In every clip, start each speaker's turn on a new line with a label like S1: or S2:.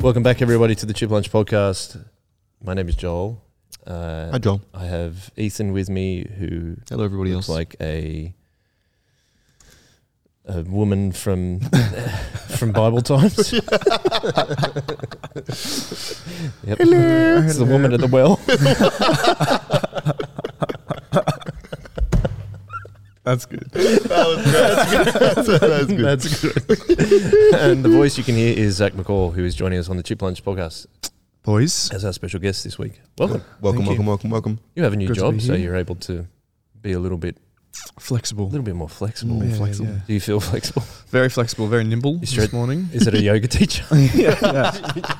S1: Welcome back, everybody, to the Chip Lunch Podcast. My name is Joel. Uh,
S2: Hi, Joel.
S1: I have Ethan with me, who
S2: Hello, everybody
S1: looks
S2: else.
S1: like a a woman from from Bible times. yep. Hello, it's the woman at the well.
S2: That's good.
S1: That's good. and the voice you can hear is Zach McCall, who is joining us on the Chip Lunch Podcast
S3: boys.
S1: as our special guest this week. Welcome.
S2: Welcome,
S3: Thank
S2: welcome,
S3: you.
S2: welcome, welcome.
S1: You have a new
S3: Good to
S1: job,
S3: be
S1: so
S3: here.
S1: you're able to be a little bit
S3: Flexible.
S1: a little bit more flexible.
S3: More
S2: Yeah,
S3: flexible.
S2: yeah.
S1: Do you feel flexible?
S3: Very flexible, very nimble
S1: Is
S3: this
S1: there-
S3: morning.
S1: Is it a yoga teacher?
S3: yeah, yeah.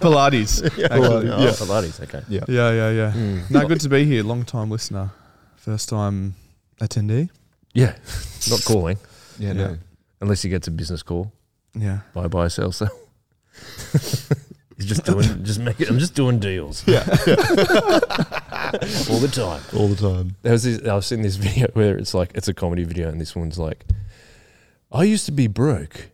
S3: Pilates. actually.
S1: Oh,
S2: yeah.
S1: Pilates. Okay.
S3: Yeah, yeah, yeah.
S1: Mm.
S3: No, good to be here. Long time listener, first time attendee.
S1: Yeah. Not calling
S2: Yeah, no.
S1: unless you get to business call.
S3: Yeah.
S1: Buy, buy, sell, sell. He's just doing, just making. I'm just doing deals. Yeah. All the time.
S2: All the time.
S1: There was this, I've seen this video where it's like it's a comedy video, and this one's like, "I used to be broke,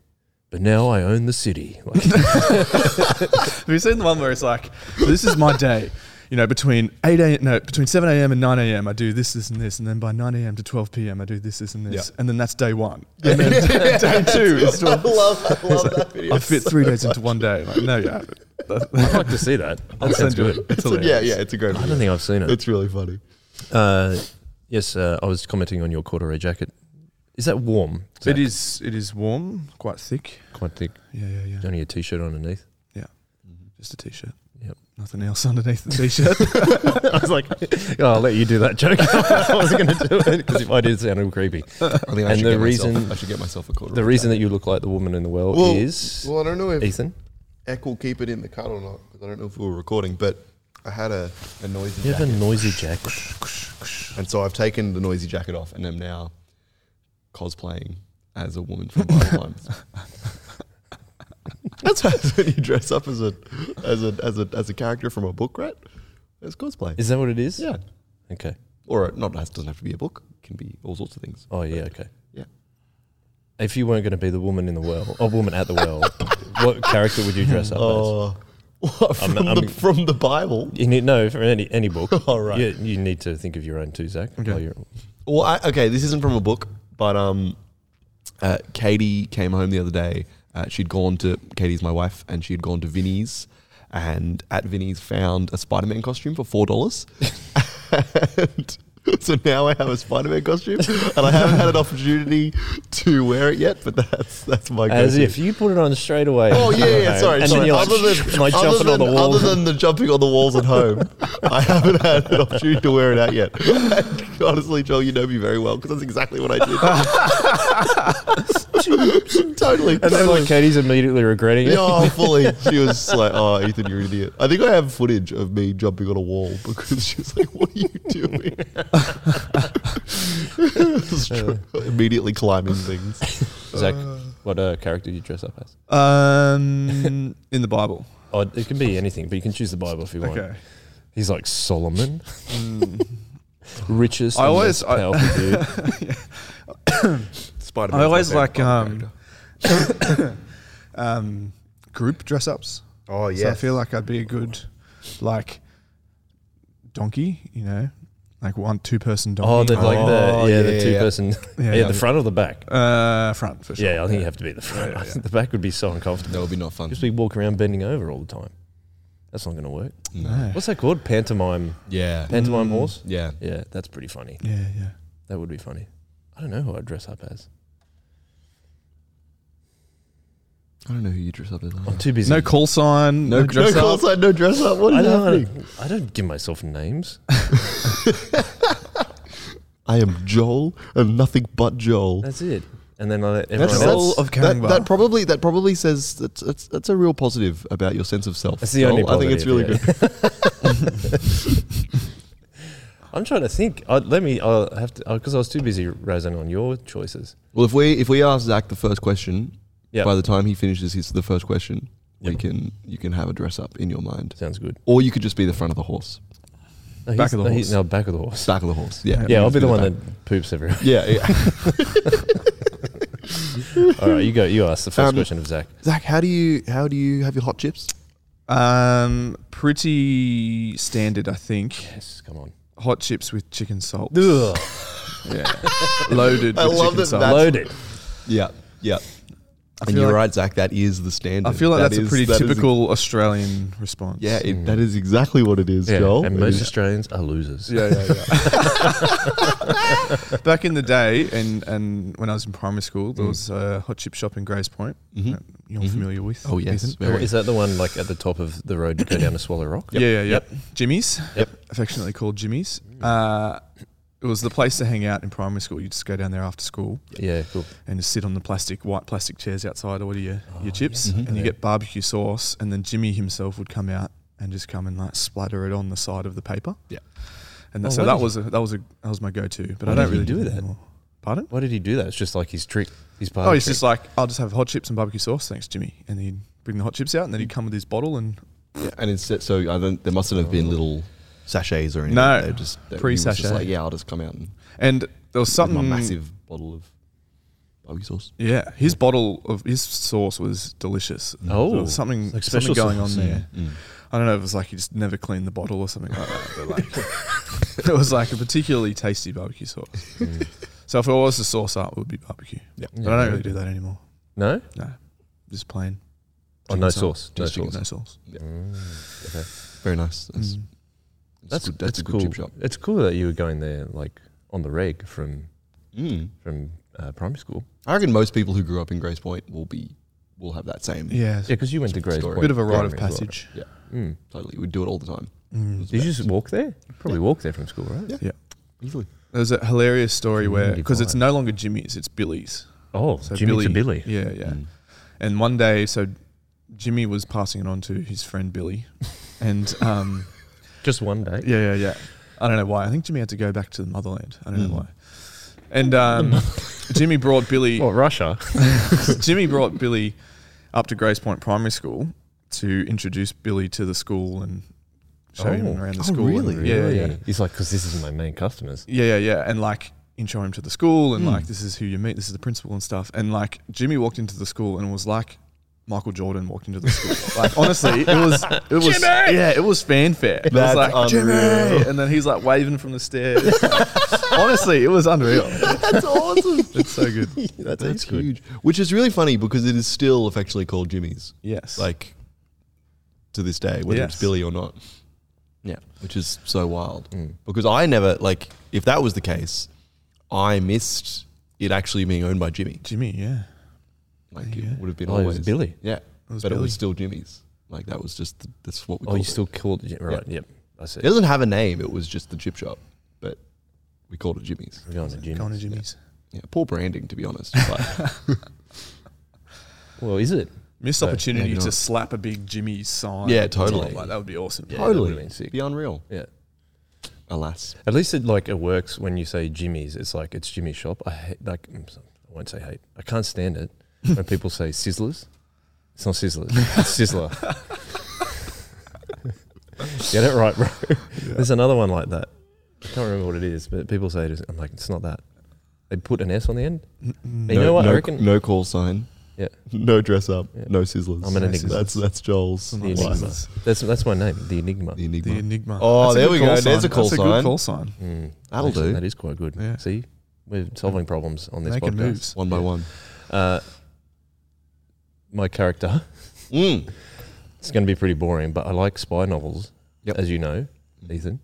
S1: but now I own the city." Like,
S3: Have you seen the one where it's like, this is my day? You know, between eight a.m. no, between seven a.m. and nine a.m. I do this, this, and this, and then by nine a.m. to twelve p.m. I do this, this, and this,
S2: Yeah.
S3: and then that's day one. And then day two is
S2: I
S3: twelve.
S2: love, I love that video.
S3: I fit three days into one day. Like, no, yeah,
S1: I'd like to see that. That sounds
S3: do
S1: good.
S3: it. It's
S2: It's a, yeah, yeah, it's a great
S1: I
S2: video.
S1: don't think I've seen it.
S2: It's really funny.
S1: Uh, yes, uh, I was commenting on your corduroy jacket. Is that warm?
S3: It
S1: Zach?
S3: is. It is warm, quite thick.
S1: quite thick.
S3: Yeah, yeah, yeah.
S1: Only a t-shirt underneath.
S3: Just a t-shirt.
S1: Yep.
S3: Nothing else underneath the t-shirt.
S1: I was like, oh, I'll let you do that joke. I wasn't going to do it because if I did, it sounded creepy.
S2: I think I
S1: And
S2: should
S1: the
S2: get
S1: reason-
S2: myself, I should get myself a quarter.
S1: The reason that you look like the woman in the well
S2: Well,
S1: is
S2: Well, I don't know if
S1: Ethan.
S2: Eck will keep it in the cut or not because I don't know if we were recording, but I had a, a noisy
S1: You have a
S2: jacket,
S1: noisy jacket.
S2: and so I've taken the noisy jacket off, and am now cosplaying as a woman from Bible times. That's how it's when you dress up as a as a as a as a character from a book, right? It's cosplay.
S1: Is that what it is?
S2: yeah,
S1: Okay.
S2: or a, not. It doesn't have to be a book. It can be all sorts of things.
S1: Oh yeah. Okay.
S2: Yeah.
S1: If you weren't going to be the woman in the well, or woman at the well, what character would you dress up
S2: Oh, what,
S1: I'm-
S2: from,
S1: I'm-
S2: the, from the Bible.
S1: as? You need no for any any book.
S2: All right.
S1: You, you need to think of your own too, Zach.
S3: Okay.
S1: while you're-
S2: Well, I, okay, this isn't from a book, but um, uh, Katie came home the other day. Uh, she'd gone to Katie's my wife, and she'd gone to Vinny's, and at Vinny's found a Spider Man costume for four dollars. and so now I have a Spider Man costume, and I haven't had an opportunity to wear it yet. But that's that's my
S1: As
S2: go-to.
S1: if you put it on straight away.
S2: Oh yeah,
S1: I don't
S2: yeah.
S1: know.
S2: Sorry,
S1: And
S2: sorry.
S1: then you're like,
S2: other than,
S1: like
S2: other
S1: jumping on the
S2: than-
S1: wall.
S2: other than the jumping on the walls at home, I haven't had an opportunity to wear it out yet. And honestly, Joel, you know me very well because that's exactly what I did. totally.
S1: And then like Katie's immediately regretting it.
S2: Yeah, oh, fully. She was like, "Oh, Ethan, you're an idiot." I think I have footage of me jumping on a wall because she was like, "What are you doing?" It's true. Immediately climbing things.
S1: Zach, what uh, character do you dress up as?
S3: um, in the Bible.
S1: Oh, it can be anything, but you can choose the Bible if you want.
S3: Okay.
S1: He's like Solomon, Mm. richest,
S3: I
S1: and
S3: always-
S1: most
S3: I-
S1: powerful dude.
S2: Spider.
S3: I always like um, um, group dress ups.
S2: Oh
S3: So I feel like I'd be a good like donkey. You know, like one two person
S1: Oh,
S3: donkey.
S1: the, like
S2: Oh,
S1: the yeah, the
S2: yeah,
S1: two
S2: yeah.
S1: person, yeah,
S3: Yeah,
S1: the
S3: yeah.
S1: front or the back.
S3: uh, front for sure.
S1: Yeah, I think you have to be at the front.
S3: Yeah,
S1: I
S3: yeah.
S1: think the back would be so uncomfortable.
S2: That would be not fun.
S1: Just we walk around bending over all the time. That's not going to work.
S3: No.
S1: What's that called? Pantomime,
S2: Mm. Yeah.
S1: pantomime
S3: Mm.
S1: horse.
S2: Yeah.
S1: Yeah, that's pretty funny.
S3: Yeah, yeah.
S1: That would be funny. I don't know who I'd dress up as.
S2: I don't know who you dress up as.
S1: I'm too busy.
S3: No call sign.
S2: No,
S3: No, dress
S2: call
S3: up.
S2: sign, no dress up. What
S1: I
S2: is
S1: don't,
S2: happening?
S1: I don't give myself names.
S2: I am Joel and nothing but Joel.
S1: That's it. And then I let everyone else.
S2: That's,
S3: Joel
S2: that's-
S3: of
S2: that,
S3: Canberra.
S2: that probably that probably says that's, that's that's a real positive about your sense of self.
S1: That's the only
S2: Joel. I think it's really
S1: positive,
S2: good.
S1: I'm trying to think. I, let me. I'll have to because I was too busy razzing on your choices.
S2: Well, if we if we ask Zach the first question,
S1: Yeah.
S2: by the time he finishes his the first question, we
S1: Yep.
S2: can you can have a dress up in your mind,
S1: Sounds good.
S2: or you could just be the front of the horse,
S1: No, he's-
S3: Back of the
S1: no, he's-
S3: horse.
S1: No, back of the horse.
S2: back of the horse. Yeah,
S1: Yeah,
S2: you
S1: I'll
S2: just
S1: be the one
S2: back-
S1: that poops everywhere.
S2: Yeah, yeah.
S1: All right, you go. You ask the first
S2: Um,
S1: question of Zach.
S2: Zach, how do you how do you have your hot chips?
S3: Um, pretty standard, I think.
S1: Yes, come on.
S3: Hot chips with chicken salt.
S1: Ugh,
S3: Yeah, loaded.
S2: I
S3: with
S2: love
S3: chicken
S2: that
S3: salt.
S2: that's-
S1: loaded.
S2: Yeah, yeah. and
S3: feel
S2: you're
S3: like-
S2: right, Zach. That is the standard.
S3: I feel like
S2: That
S3: that's
S2: is-
S3: a pretty
S2: that is-
S3: typical Australian response.
S2: yeah, it, that is exactly what it is,
S1: Yeah,
S2: Joel.
S1: and
S2: It
S1: most
S2: is-
S1: Australians are losers.
S3: Yeah, yeah, yeah. Back in the day, and, and when I was in primary school,
S2: Mm.
S3: there was a hot chip shop in Grays Point.
S2: Mhm.
S3: that You're familiar with?
S2: Oh yes,
S3: Ethan?
S1: Or
S2: very.
S1: Is that the one like at the top of the road you go down to Swallow Rock?
S3: Yeah, yeah, yep. Jimmy's.
S1: Yep.
S3: Affectionately called Jimmy's.
S2: Mm.
S3: Uh, it was the place to hang out in primary school. You just go down there after school
S1: Yeah, cool.
S3: and just sit on the plastic white plastic chairs outside, order your, your chips,
S1: yes.
S3: and you
S1: Oh, Yeah.
S3: get barbecue sauce. And then Jimmy himself would come out and just come and like splatter it on the side of the paper.
S2: Yeah.
S3: and that,
S1: Oh,
S3: so
S1: why
S3: that
S1: did
S3: was a, that was a that was my go-to, but
S1: Why did
S3: I don't
S1: he
S3: really
S1: do
S3: do
S1: that?
S3: that anymore. Pardon?
S1: Why did he do that? It's just like his trick. His part.
S3: Oh, he's just like, I'll just have hot chips and barbecue sauce, thanks, Jimmy. And he'd bring the hot chips out, and then he'd come with his bottle and
S2: Yeah, and instead, so I don't, there mustn't have been little sachets or anything.
S3: No,
S2: they were just they- he was
S3: pre-sachet.
S2: Just like, yeah, I'll just come out and
S3: and there was
S2: with
S3: something
S2: my massive bottle of barbecue sauce.
S3: Yeah, his bottle of his sauce was delicious.
S1: Oh.
S3: There was something
S1: Like
S3: something
S1: special
S3: going
S1: sauce, Mm.
S3: on there. I don't know if it was like he just never cleaned the bottle or something like that, but like it was like a particularly tasty barbecue sauce. So if it was to sauce up, it would be barbecue.
S2: Yeah.
S3: But I don't really do that anymore.
S1: no.
S3: No, just plain.
S1: Oh, no
S3: Chicken salt.
S1: sauce. No
S2: Just chicken
S1: sauce.
S2: salt.
S3: No sauce.
S2: Very nice. That's,
S3: Mm.
S1: That's
S2: good,
S1: that's,
S2: a good
S1: cool.
S2: chip shop.
S1: It's cool that you were going there like on the reg from
S2: Mm.
S1: from uh, primary school.
S2: I reckon most people who grew up in Grace Point will be will have that same.
S3: Yeah, it's
S1: Yeah, because you went to Grays
S2: story.
S1: Point.
S3: a bit of a rite
S1: primary
S3: of
S1: as well.
S3: passage.
S1: Mm.
S2: Totally, we do it all the time.
S3: Mm.
S1: Did you just walk there? Probably walk there from school, right?
S2: Yeah. Easily.
S3: There's a hilarious story where
S1: Community
S3: because it's
S1: vibe.
S3: no longer Jimmy's, it's Billy's.
S1: Oh,
S3: So
S1: Jimmy
S3: Billy,
S1: to Billy.
S3: Yeah, yeah.
S2: Mm.
S3: And one day, so Jimmy was passing it on to his friend Billy, and um,
S1: Just one day.
S3: yeah, yeah, yeah. I don't know why. I think Jimmy had to go back to the motherland. I don't
S2: Mm.
S3: know why. And um, Jimmy brought Billy.
S1: Well, Russia.
S3: Jimmy brought Billy up to Grace Point Primary School to introduce Billy to the school and show
S1: Oh.
S3: him around
S2: Oh,
S3: the school. and-
S2: really?
S3: Yeah, yeah, yeah.
S1: He's like, because this is my main customers.
S3: Yeah, yeah, yeah. And like intro him to the school and
S2: Hmm.
S3: like this is who you meet, this is the principal and stuff. And like Jimmy walked into the school and was like Michael Jordan walked into the school. like honestly, it was it was yeah, it was fanfare. It
S2: That's
S3: was like
S2: unreal.
S3: Jimmy and then he's like waving from the stairs. honestly, it was unreal.
S2: That's awesome.
S3: It's so good.
S2: That's, huge. Which is really funny because it is still affectionately called Jimmy's,
S3: Yes.
S2: like to this day, whether it's
S3: Yes.
S2: Billy or not. Yeah. Which is so wild.
S1: Mm.
S2: Because I never, like, if that was the case, I missed it actually being owned by Jimmy.
S3: Jimmy, yeah.
S2: Like,
S3: Yeah.
S2: it would have been
S1: Oh, it was
S2: always
S1: Billy.
S2: Yeah.
S3: was
S2: but it
S3: Billy.
S2: was still Jimmy's. Like, that was just, that's what we
S1: Oh,
S2: called
S1: you
S2: it.
S1: still called it. Right. Yep. I see.
S2: It doesn't have a name. It was just the chip shop, but we called it Jimmy's.
S1: We're going to Jimmy.
S3: Going to Jimmy's.
S2: Yeah, poor branding, to be honest. But
S1: Well, is it?
S3: Missed
S1: No,
S3: opportunity
S2: maybe
S3: to
S2: not.
S3: slap a big Jimmy sign.
S2: Yeah,
S3: on top,
S2: totally.
S3: Like, that would be awesome.
S1: Yeah. that
S2: totally,
S1: would've been sick.
S2: be unreal.
S1: Yeah.
S2: Alas,
S1: At least it like it works when you say Jimmy's. It's like it's Jimmy's shop. I hate like I'm so- I won't say hate. I can't stand it when people say Sizzlers. It's not Sizzlers. It's Sizzler. Get it right, bro. There's another one like that. I can't remember what it is, but people say it is. I'm like, it's not that. They put an S on the end. And you know what?
S2: Mm. No,
S1: I reckon
S2: no call sign.
S1: Yeah.
S2: No dress up.
S1: Yeah.
S2: No sizzlers.
S1: I'm an enigma.
S2: That's that's Joel's.
S1: the
S2: life.
S1: enigma. That's that's my name, the enigma.
S2: The enigma.
S3: The Enigma.
S2: Oh,
S3: That's a
S2: there
S3: good
S2: we
S3: call
S2: go. There's a call
S3: That's a
S2: sign.
S3: good call sign.
S1: Mm.
S2: That'll
S1: Actually,
S2: do.
S1: That is quite good.
S3: Yeah.
S1: See, we're solving problems on this
S3: Making
S1: podcast.
S3: moves.
S2: One by one.
S1: Uh, my character.
S2: Mm.
S1: It's going to be pretty boring, but I like spy novels,
S2: Yep.
S1: as you know,
S2: Mm.
S1: Ethan.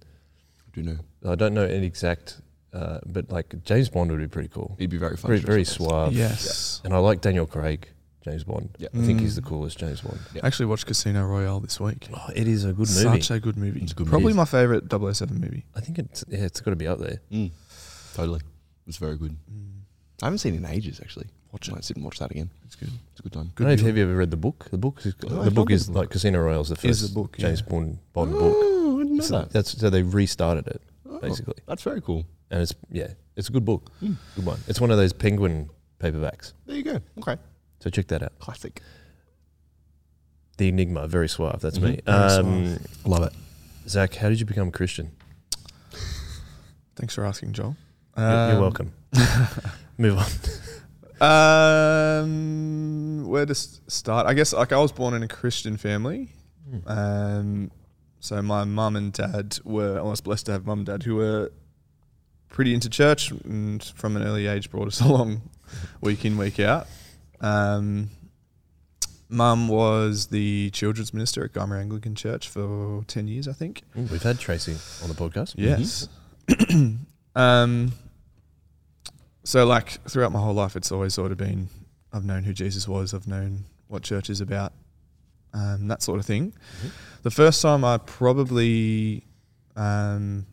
S2: Do you know?
S1: I don't know an exact, uh, but like James Bond would be pretty cool.
S2: He'd be very fun.
S1: Very,
S2: to
S1: very
S2: dress up as.
S1: suave.
S3: Yes.
S1: And I like Daniel Craig, James Bond.
S2: Yeah.
S1: I think he's the
S3: Mm.
S1: coolest James Bond.
S2: Yeah.
S3: I actually watched Casino Royale this week.
S1: Oh, it is a good movie.
S3: Such a good movie.
S2: It's a good
S3: Probably
S2: movie.
S3: my favorite 007 movie.
S1: I think it's yeah, it's got to be up there.
S2: Mm. Totally. It's very good. I haven't seen it in ages, actually.
S3: Watch it.
S2: Might sit and Mm. watch that again.
S3: It's good.
S2: It's a good time.
S1: I don't know if
S3: deal.
S1: have you ever read the book. The book is
S2: No, I
S1: the book
S2: don't
S1: is
S2: know the
S1: like Casino Royale is the
S3: Is
S1: first
S3: the book,
S1: James
S3: yeah.
S1: Bond Bond book.
S2: Oh, I didn't know
S1: So
S2: that.
S1: that's so they restarted it
S2: Oh,
S1: basically,
S2: that's very cool.
S1: and it's yeah, it's a good book,
S2: Mm.
S1: good one. It's one of those Penguin paperbacks.
S2: There you go. Okay.
S1: So check that out.
S2: Classic.
S1: The Enigma, very suave. That's me.
S2: Mhm.
S3: Mm-hmm. Very
S1: Um,
S2: Love it.
S1: Zach, how did you become a Christian?
S3: Thanks for asking, Joel.
S1: You're-
S3: Um,
S1: You're welcome. Move on.
S3: Um, where to s- start? I guess like I was born in a Christian family. Um, so my mum and dad were, I was blessed to have mum and dad who were pretty into church and from an early age brought us along week in, week out. Um, mum was the children's minister at Guymer Anglican Church for 10 years, I think.
S1: Ooh, Mm, we've had Tracy on the podcast.
S3: Yes. um, so, like, throughout my whole life, it's always sort of been I've known who Jesus was, I've known what church is about, um, that sort of thing.
S1: Mhm.
S3: The first time I probably. Um,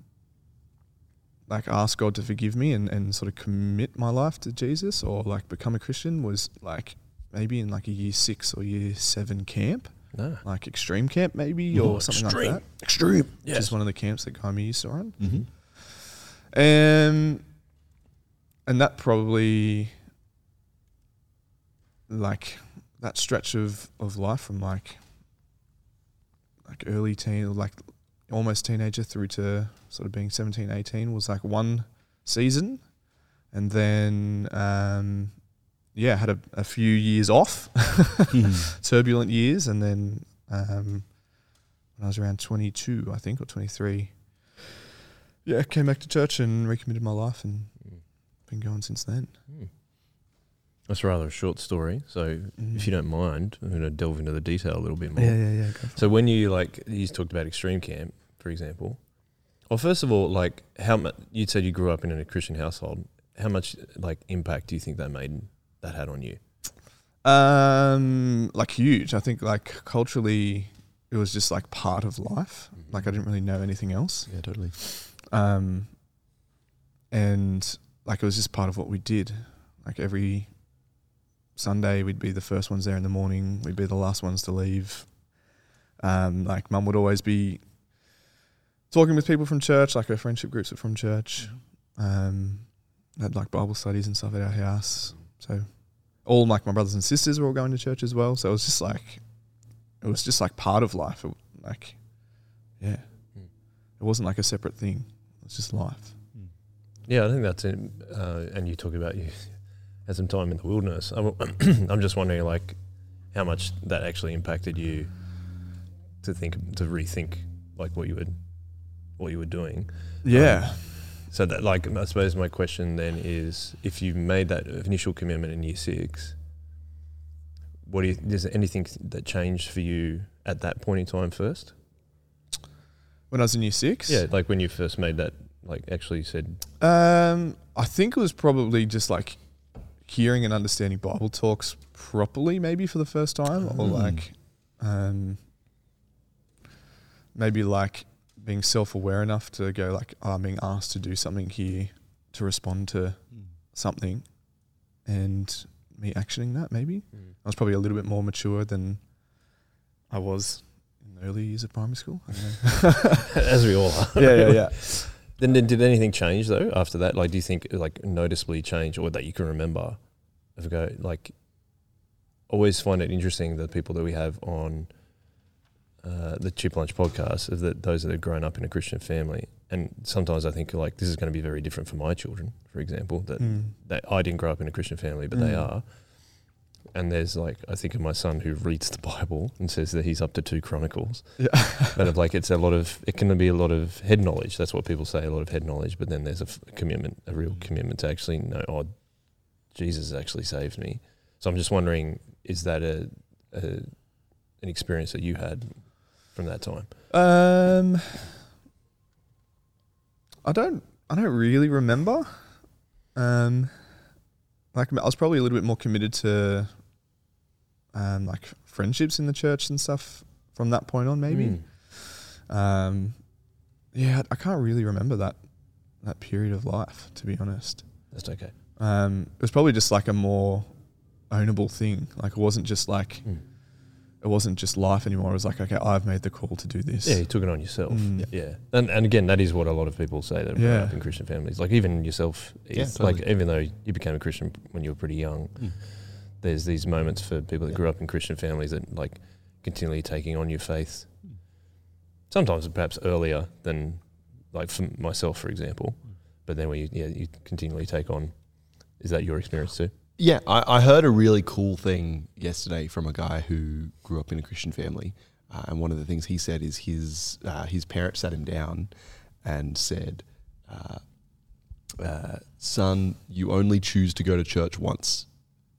S3: like asked God to forgive me and, and sort of commit my life to Jesus or like become a Christian was like maybe in like a year six or year seven camp,
S1: No.
S3: like extreme camp maybe
S1: Oh,
S3: or something
S1: extreme.
S3: like that.
S1: Extreme.
S3: Which is one of the camps that Kaimi used to run.
S2: Mm-hmm.
S3: Um, and that probably, like, that stretch of, of life from like, like early teen, like almost teenager through to sort of being 17, 18 was like one season. And then, um, yeah, had a, a few years off, turbulent years. And then um, when I was around 22, I think, or 23, yeah, came back to church and recommitted my life and been going since then.
S1: Mm. That's rather a short story. So if you don't mind, I'm going to delve into the detail a little bit more.
S3: Mm-hmm. yeah, yeah. Go
S1: So when you like, you talked about extreme camp, for example. Well, first of all, like how much you said you grew up in a Christian household. How much like impact do you think that made that had on you?
S3: Um, like huge. I think like culturally, it was just like part of life. Like I didn't really know anything else.
S2: Yeah, totally.
S3: Um, and like it was just part of what we did. Like every Sunday, we'd be the first ones there in the morning. We'd be the last ones to leave. Um, like mum would always be talking with people from church. Like her friendship groups were from church. Um, had like Bible studies and stuff at our house. So all like my brothers and sisters were all going to church as well. So it was just like it was just like part of life. It, like yeah,
S1: Mm.
S3: it wasn't like a separate thing. It's just life.
S2: Mm.
S1: Yeah, I think that's it. Uh, and you talk about you had some time in the wilderness. I'm, I'm just wondering, like, how much that actually impacted you to think to rethink like what you would what you were doing.
S3: Yeah.
S1: So that, like, I suppose my question then is, if you made that initial commitment in year six, what do you, is there anything that changed for you at that point in time first?
S3: when I was in year six.
S1: Yeah, like when you first made that, like, actually said,
S3: Um, I think it was probably just like hearing and understanding Bible talks properly, maybe for the first time, or
S2: Mm.
S3: like, um, maybe like being self-aware enough to go like, oh, I'm being asked to do something here to respond to something, and me actioning that. Maybe I was probably a little bit more mature than I was in the early years of primary school. I don't know.
S1: as we all are.
S3: yeah, yeah, yeah.
S1: Then did, did anything change though after that? Like, do you think like noticeably change or that you can remember? If we go like, always find it interesting the people that we have on uh, the Chip Lunch podcast is that those that have grown up in a Christian family, and sometimes I think like this is going to be very different for my children, for example, that
S3: Mm.
S1: that I didn't grow up in a Christian family, but they
S3: Mm.
S1: are. And there's like I think of my son who reads the Bible and says that he's up to two Chronicles.
S3: Yeah.
S1: but of like it's a lot of it can be a lot of head knowledge. That's what people say, a lot of head knowledge. But then there's a f- commitment, a real commitment to actually know. Oh, Jesus actually saved me. So I'm just wondering, is that a, a an experience that you had from that time?
S3: Um, I don't. I don't really remember. Um, like I was probably a little bit more committed to, um, like friendships in the church and stuff from that point on. Maybe.
S2: Hmm.
S3: Um, yeah, I can't really remember that that period of life to be honest.
S1: that's okay.
S3: Um, it was probably just like a more ownable thing. Like it wasn't just like
S2: Hmm.
S1: Mm.
S3: it wasn't just life anymore. It was like okay, I've made the call to do this.
S1: Yeah, you took it on yourself.
S3: Mm.
S1: Yeah. And and again, that is what a lot of people say that yeah.
S3: Yeah.
S1: up in Christian families. Like even yourself is
S2: Yeah,
S1: like
S2: totally.
S1: even though you became a Christian when you were pretty young,
S2: Mm.
S1: there's these moments for people that
S2: Yeah.
S1: grew up in Christian families that like continually taking on your faith. Sometimes perhaps earlier than like for myself, for example. But then where you yeah, you continually take on is that your experience too?
S2: Yeah, I, I heard a really cool thing yesterday from a guy who grew up in a Christian family. Uh, and one of the things he said is his uh, his parents sat him down and said, uh, uh, "Son, you only choose to go to church once,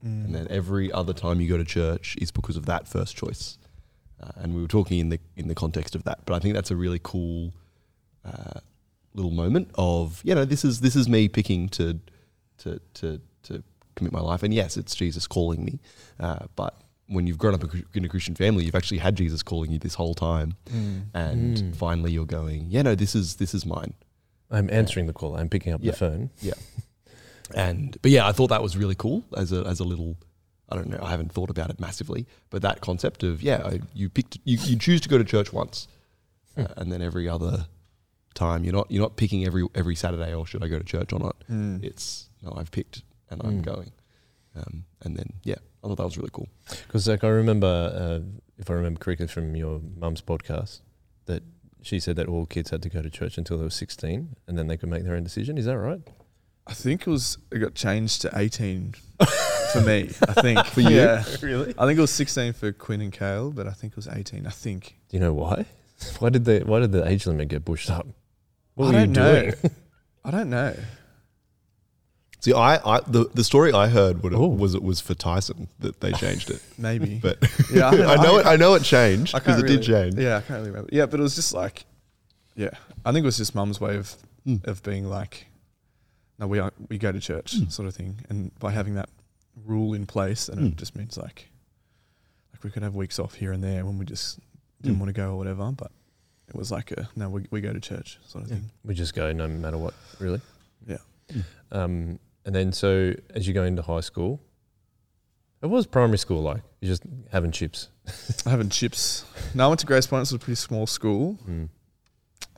S3: Mm.
S2: and then every other time you go to church is because of that first choice." Uh, and we were talking in the in the context of that, but I think that's a really cool uh, little moment of you know this is this is me picking to to to to commit my life, and yes, it's Jesus calling me, uh, but when you've grown up in a Christian family, you've actually had Jesus calling you this whole time, and
S1: Mm.
S2: finally you're going, yeah, no, this is this is mine.
S1: I'm answering the call. I'm picking up
S2: Yeah.
S1: the phone.
S2: And but yeah, I thought that was really cool as a as a little. I don't know. I haven't thought about it massively, but that concept of yeah, I, you picked you, you choose to go to church once, uh,
S1: Hmm.
S2: and then every other time you're not you're not picking every every Saturday or should I go to church or not. It's no, I've picked and I'm
S3: Hmm.
S1: Mm.
S2: going, um, and then yeah, I thought that was really cool.
S1: Because like I remember, uh, if I remember correctly from your mum's podcast, that she said that all kids had to go to church until they were 16, and then they could make their own decision. Is that right?
S3: I think it was it got changed to 18 for me. I think
S2: For you?
S3: yeah.
S1: really?
S3: I think it was 16 for Quinn and Kale, but I think it was 18. I think
S1: Do you know why? Why did the Why did the age limit get pushed up? What
S3: I
S1: were you
S3: don't know.
S1: doing?
S3: I don't know.
S2: See, I, I the, the story I heard would,
S1: Oh.
S2: was it was for Tyson that they changed it,
S3: Maybe.
S2: but
S3: yeah,
S2: I know it. I know it changed
S3: I can't
S2: because it did
S3: really-
S2: change.
S3: Yeah, I can't really remember. Yeah, but it was just like, yeah, I think it was just mum's way of
S2: Mm.
S3: of being like, no, we are we go to church
S2: Mm.
S3: sort of thing, and by having that rule in place, and
S2: Mm.
S3: it just means like, like we could have weeks off here and there when we just didn't
S2: Mm.
S3: want to go or whatever, but. It was like a no, we, we go to church sort of
S2: Yeah.
S3: thing.
S1: We just go no matter what, really.
S3: Yeah.
S2: Mm.
S1: Um, and then so as you go into high school, it was primary school like you're just having chips.
S3: I haven't chips. No, I went to Grace Point. It was a pretty small school.
S1: Mm.
S3: Um,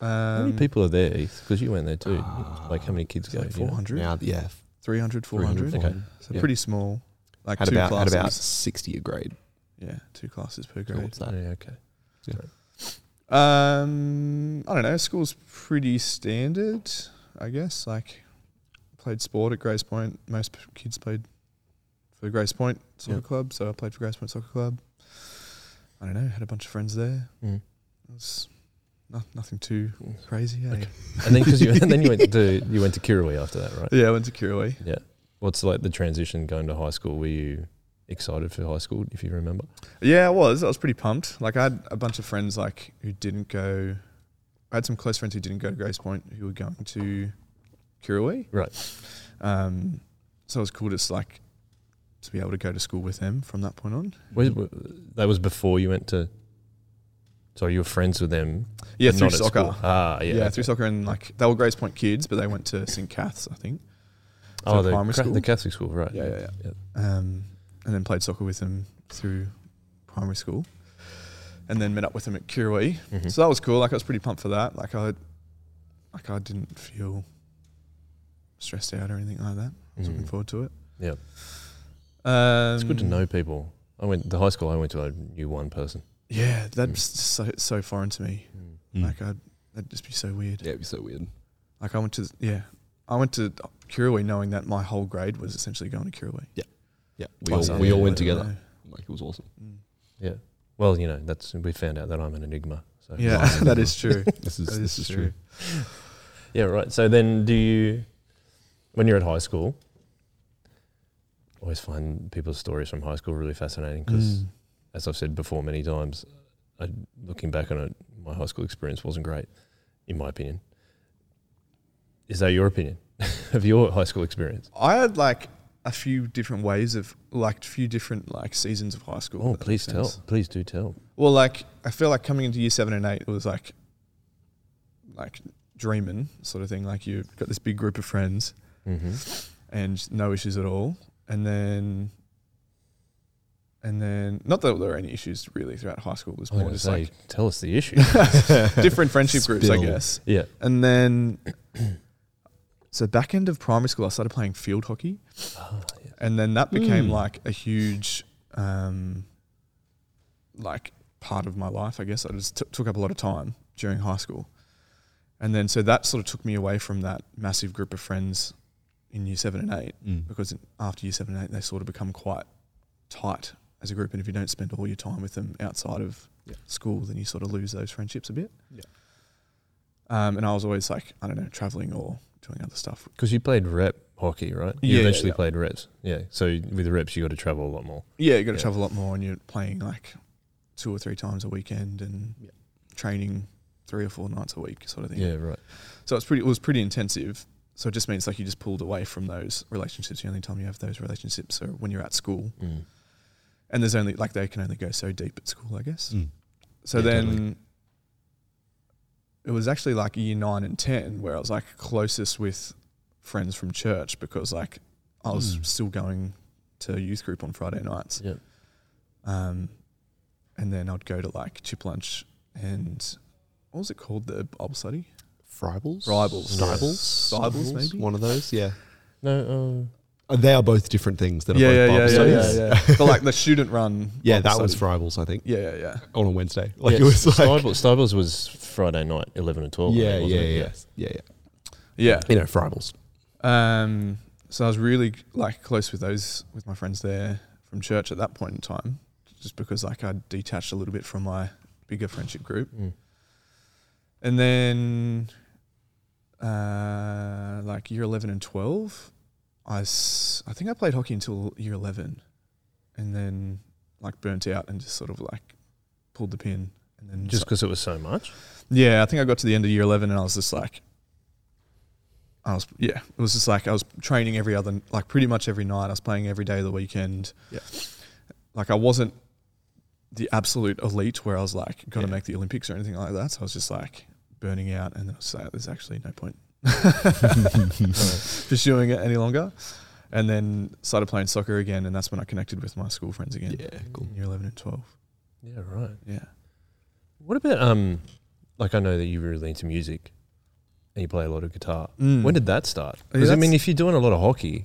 S3: uh,
S1: how many people are there? Because you went there too. like how many kids
S3: It's
S1: go?
S3: like
S1: you know?
S3: 400,
S2: Now, yeah,
S3: 300, 400.
S1: Okay.
S3: So
S2: Yeah.
S3: pretty small. Like
S2: had
S3: two
S2: about
S3: classes.
S2: had about sixty a grade.
S3: Yeah, two classes per
S2: So
S3: grade.
S2: what's that?
S1: Yeah, okay.
S3: Um, I don't know. School's pretty standard, I guess. Like, played sport at Grace Point. Most p- kids played for Grace Point Soccer
S2: Yeah.
S3: Club, so I played for Grace Point Soccer Club. I don't know. Had a bunch of friends there.
S1: Mm.
S3: It was not, nothing too
S2: Mm.
S3: crazy. eh?
S1: And then because you and then you went to you went to Kirawee after that, right?
S3: Yeah, I went to Kirawee.
S1: What's like the transition going to high school? Were you excited for high school, if you remember?
S3: Yeah, I was. I was pretty pumped. Like I had a bunch of friends like who didn't go. I had some close friends who didn't go to Grace Point who were going to Kirawee.
S1: Right.
S3: Um, so it was cool just like to be able to go to school with them from that point on.
S1: Was, that was before you went to. So you were friends with them.
S3: Yeah,
S1: but
S3: through
S1: not at
S3: soccer.
S1: school. Ah,
S3: Yeah,
S1: yeah. okay.
S3: through soccer and like they were Grace Point kids, but they went to St. Cath's, I think.
S1: Oh,
S3: so
S1: the,
S3: primary
S1: Ca-
S3: school?
S1: the Catholic school, right?
S3: Yeah, yeah, Um, and then played soccer with them through primary school, and then met up with them at Kirawee
S1: Mhm.
S3: So that was cool. Like I was pretty pumped for that. Like I, like I didn't feel stressed out or anything like that. I was looking
S1: Mm.
S3: forward to it.
S1: Yeah.
S3: Um,
S1: It's good to know people. I went the high school I went to. I knew one person.
S3: Yeah,
S1: Mm.
S3: that's so so foreign to me.
S1: Hmm.
S2: Mm.
S3: Like I'd that'd just be so weird.
S2: yeah, it'd be so weird.
S3: Like I went to yeah, I went to Kirawee knowing that my whole grade was essentially going to Kirawee.
S2: Yeah, we
S1: Oh,
S2: all,
S1: so
S2: we all
S1: yeah.
S2: went together. Like it was awesome.
S3: Mm.
S1: Well, you know, that's we found out that I'm an enigma. So
S3: Yeah, that is true.
S2: This is
S3: That
S2: this is
S3: is
S2: true.
S3: true.
S1: Yeah, right. So then, do you, when you're at high school, always find people's stories from high school really fascinating because,
S3: Mm.
S1: as I've said before many times, I, looking back on it, my high school experience wasn't great, in my opinion. Is that your opinion of your high school experience?
S3: I had like a few different ways of like a few different like seasons of high school.
S1: Oh,
S3: if that
S1: please
S3: makes
S1: tell.
S3: sense.
S1: Please do tell.
S3: Well, like I feel like coming into year seven and eight, it was like, like dreaming sort of thing. Like you have got this big group of friends
S1: Mm-hmm.
S3: and no issues at all, and then, and then not that there were any issues really throughout high school. It was
S1: I was
S3: more
S1: going to
S3: just
S1: say,
S3: like
S1: tell us the issue.
S3: different friendship groups, I
S2: Spill.
S3: guess.
S1: yeah.
S3: And then, so back end of primary school, I started playing field hockey.
S1: Oh, yeah.
S3: and then that became
S2: Mm.
S3: like a huge um like part of my life i guess i just t- took up a lot of time during high school and then so that sort of took me away from that massive group of friends in year 7 and 8 because in- after year 7 and 8 they sort of become quite tight as a group and if you don't spend all your time with them outside of
S2: Yeah.
S3: school, then you sort of lose those friendships a bit.
S2: Yeah.
S3: Um, and I was always like, I don't know, traveling or doing other stuff.
S1: Because you played rep hockey, right? You
S3: Yeah,
S1: eventually
S3: yeah.
S1: played reps. Yeah. So with the reps, you got to travel a lot more.
S3: Yeah, you got to
S1: Yeah.
S3: travel a lot more, and you're playing like two or three times a weekend and
S2: Yeah.
S3: training three or four nights a week, sort of thing.
S1: Yeah, right.
S3: So it's pretty. It was pretty intensive. So it just means like you just pulled away from those relationships. The only time you have those relationships are when you're at school,
S1: Mm.
S3: and there's only like they can only go so deep at school, I guess.
S2: Mm.
S3: So
S2: Yeah,
S3: then
S2: totally.
S3: it was actually like year nine and ten where I was like closest with friends from church because like I was
S2: Mm.
S3: still going to youth group on Friday nights.
S1: Yeah.
S3: Um, and then I'd go to like chip lunch and what was it called? The Bible study?
S2: Fribbles?
S3: Rivals.
S2: Stibbles?
S3: Yeah. Stibbles, maybe?
S2: One of those, yeah.
S1: No. um,
S2: Uh, They are both different things. That
S3: Yeah,
S2: are both
S3: yeah,
S2: Bible
S3: yeah,
S1: yeah,
S2: studies.
S3: yeah, but like the student run.
S2: Yeah,
S3: Bible
S2: that was
S3: study.
S2: Fribbles, I think,
S3: Yeah, yeah, yeah.
S2: on a Wednesday.
S1: Uh,
S2: Like
S1: yeah,
S2: it was like.
S1: Stibel- Stibel's was Friday night, eleven and twelve. I
S2: Yeah,
S1: think,
S2: yeah,
S1: wasn't
S2: yeah,
S1: it?
S2: yeah, yeah, yeah.
S3: Yeah.
S2: You know, Fribbles.
S3: Um, so I was really like close with those with my friends there from church at that point in time, just because like I detached a little bit from my bigger friendship group,
S1: Mm.
S3: and then uh, like year eleven and twelve, I s- I think I played hockey until year eleven, and then like burnt out and just sort of like pulled the pin, and then
S1: Just because it was so much.
S3: yeah, I think I got to the end of year 11 and I was just like, I was, yeah, it was just like I was training every other, like pretty much every night. I was playing every day of the weekend.
S2: Yeah.
S3: Like I wasn't the absolute elite where I was like, got to
S2: Yeah.
S3: make the Olympics or anything like that. So I was just like burning out and then I was like, there's actually no point pursuing it any longer. And then started playing soccer again. And that's when I connected with my school friends again.
S2: Yeah, cool.
S3: in Year 11 and 12.
S1: Yeah, right.
S3: Yeah.
S1: What about um, like I know that you're really into music, and you play a lot of guitar. When did that start?
S3: Hmm. Oh, Yeah,
S1: Because I mean,
S3: that's-
S1: if you're doing a lot of hockey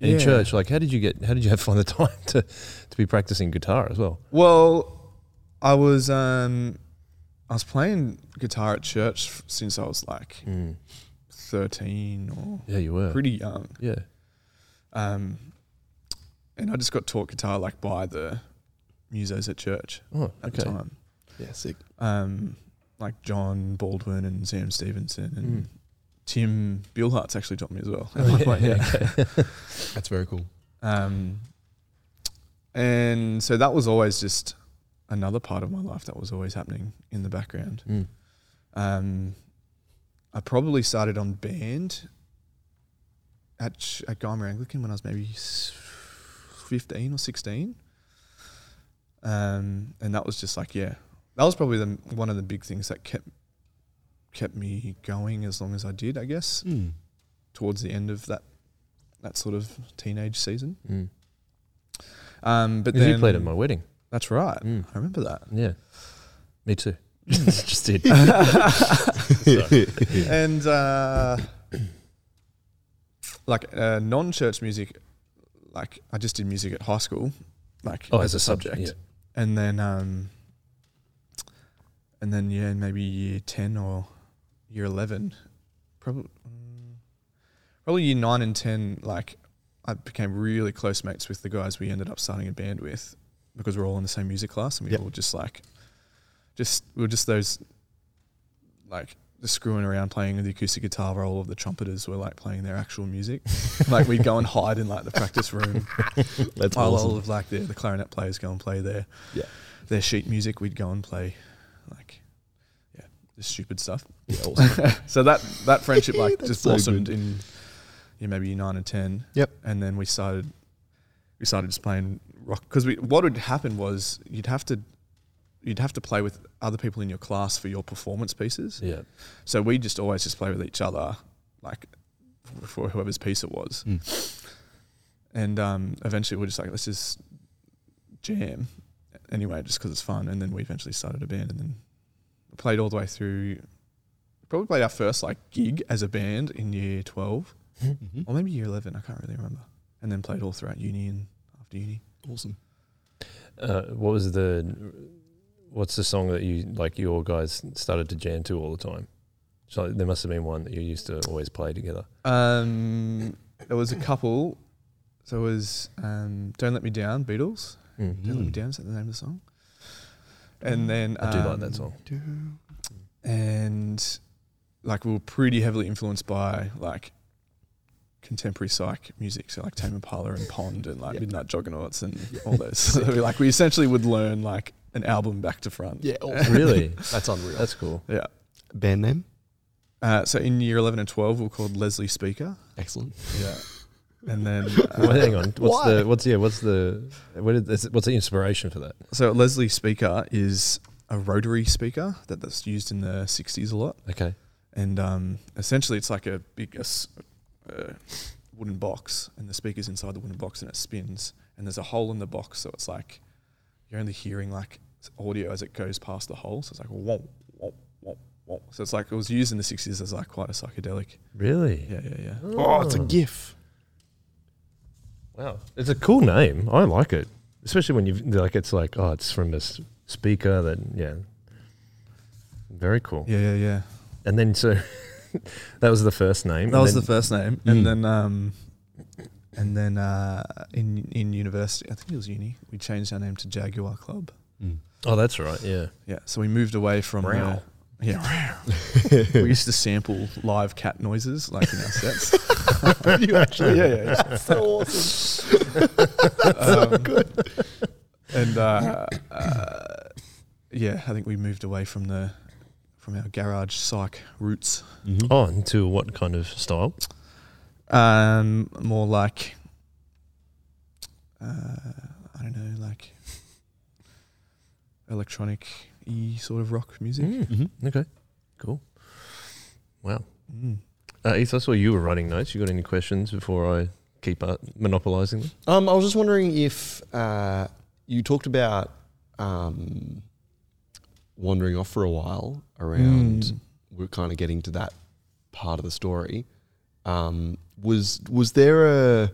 S1: in
S3: Yeah.
S1: church, like how did you get? How did you have find the time to to be practicing guitar as well?
S3: Well, I was um, I was playing guitar at church f- since I was like
S1: Mm.
S3: thirteen or
S1: Yeah, you were.
S3: Hmm. pretty young,
S1: yeah.
S3: um, and I just got taught guitar like by the musos at church
S1: Oh,
S3: at
S1: okay.
S3: the time,
S2: Yeah, sick.
S3: um, like John Baldwin and Sam Stevenson and
S1: Mm.
S3: Tim Billhart's actually taught me as well.
S1: Oh, yeah,
S3: Like, yeah.
S1: yeah, okay.
S2: That's very cool.
S3: Um, and so that was always just another part of my life that was always happening in the background.
S1: Mm.
S3: Um, I probably started on band at ch- at Guymer Anglican when I was maybe s- fifteen or sixteen, um, and that was just like yeah, that was probably the one of the big things that kept kept me going as long as I did, I guess. Towards the end of that that sort of teenage season,
S1: Mm.
S3: um, but
S1: 'Cause
S3: then
S1: you played at my wedding.
S3: That's right.
S1: Mm.
S3: I remember that.
S1: Yeah. Me too. Just did.
S3: and uh, like uh, non-church music, like I just did music at high school, like
S1: Oh, as a subject.
S3: and then um, and then yeah, maybe year ten or year eleven, probably probably year nine and ten. Like I became really close mates with the guys we ended up starting a band with because we're all in the same music class and we
S2: Yep.
S3: were all just like, just we were just those like just screwing around playing the acoustic guitar while all of the trumpeters were like playing their actual music. like we'd go and hide in like the practice room
S2: That's
S3: while
S2: awesome.
S3: all of like the, the clarinet players go and play their
S2: Yeah.
S3: their sheet music, we'd go and play like yeah, just stupid stuff.
S2: Yeah, awesome.
S3: So that that friendship like
S2: That's
S3: just
S2: so
S3: blossomed
S2: good.
S3: in yeah, maybe year nine and ten.
S2: Yep.
S3: And then we started we started just playing rock because we what would happen was you'd have to you'd have to play with other people in your class for your performance pieces.
S1: Yeah.
S3: So we just always just play with each other, like for whoever's piece it was. And um, eventually we're just like, let's just jam anyway, just because it's fun. And then we eventually started a band and then played all the way through. Probably played our first like gig as a band in year 12
S2: Mhm.
S3: or maybe year 11. I can't really remember. And then played all throughout uni and after uni.
S2: Awesome.
S1: Uh, what was the? What's the song that you like? Your guys started to jam to all the time. So there must have been one that you used to always play together.
S3: Um, there was a couple. So it Mm-hmm. was um, Don't Let Me Down, Beatles. Don't Let Me Down, is that the name of the song?
S2: Mm.
S3: And then
S1: I do like
S3: um,
S1: that song.
S3: and like we were pretty heavily influenced by like contemporary psych music, so like Tame Impala and Pond and like
S2: Yeah.
S3: Midnight Juggernauts and all those. So like we essentially would learn like an album back to front.
S2: Yeah, oh,
S1: really?
S2: that's unreal.
S1: That's cool.
S3: Yeah.
S2: Band name,
S3: Uh, so in year eleven and twelve, we were called Leslie Speaker.
S2: excellent.
S3: Yeah. And then
S1: Well,
S3: uh,
S1: hang on. What's
S2: Why?
S1: the what's yeah? What's the what did this, what's the inspiration for that?
S3: so Leslie Speaker is a rotary speaker that that's used in the sixties a lot.
S1: Okay.
S3: and um, essentially it's like a big a s- uh, wooden box, and the speaker's inside the wooden box, and it spins, and there's a hole in the box, so it's like you're only hearing like s- audio as it goes past the hole, so it's like womp womp womp womp. So it's like it was used in the sixties as like quite a psychedelic.
S1: Really?
S3: Yeah, yeah, yeah.
S2: Oh, it's a GIF.
S1: Wow. It's a cool name. I like it, especially when you like. It's like oh, it's from this speaker that yeah. Very cool.
S3: Yeah, yeah, yeah.
S1: And then so that was the first name.
S3: That
S1: and
S3: was the
S1: then-
S3: first name,
S1: Mm.
S3: and then um, and then uh, in in university, I think it was uni, we changed our name to Jaguar Club.
S1: Oh, that's right. Yeah.
S3: Yeah, so we moved away from the-
S1: Meow.
S3: yeah. we used to sample live cat noises like in our sets.
S2: you actually,
S3: yeah, yeah, yeah.
S2: That's so awesome.
S3: Um, And uh, uh, yeah, I think we moved away from the from our garage psych roots.
S1: Oh, into what kind of style?
S3: Um, more like uh, I don't know, like electronic y sort of rock music.
S1: Mm.
S3: Mm-hmm.
S1: Okay. Cool. Wow.
S3: Mm.
S1: Uh, Heath, I saw you were writing notes. You got any questions before I keep uh, monopolizing them?
S2: Um, I was just wondering if uh, you talked about um, wandering off for a while around.
S3: Mm.
S2: We're kind of getting to that part of the story. Um, was was there a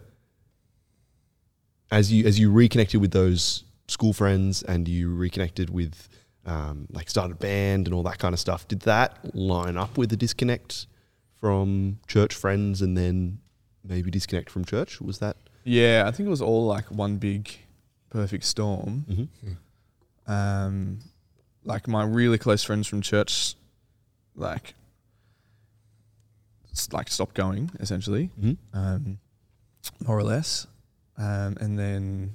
S2: as you as you reconnected with those school friends and you reconnected with um, like started band and all that kind of stuff? Did that line up with the disconnect from church friends and then maybe disconnect from church? Was that?
S3: Yeah, I think it was all like one big perfect storm.
S2: Mm-hmm.
S3: um, like my really close friends from church, like, s- like stopped going essentially,
S2: Mm-hmm.
S3: um, more or less, um, and then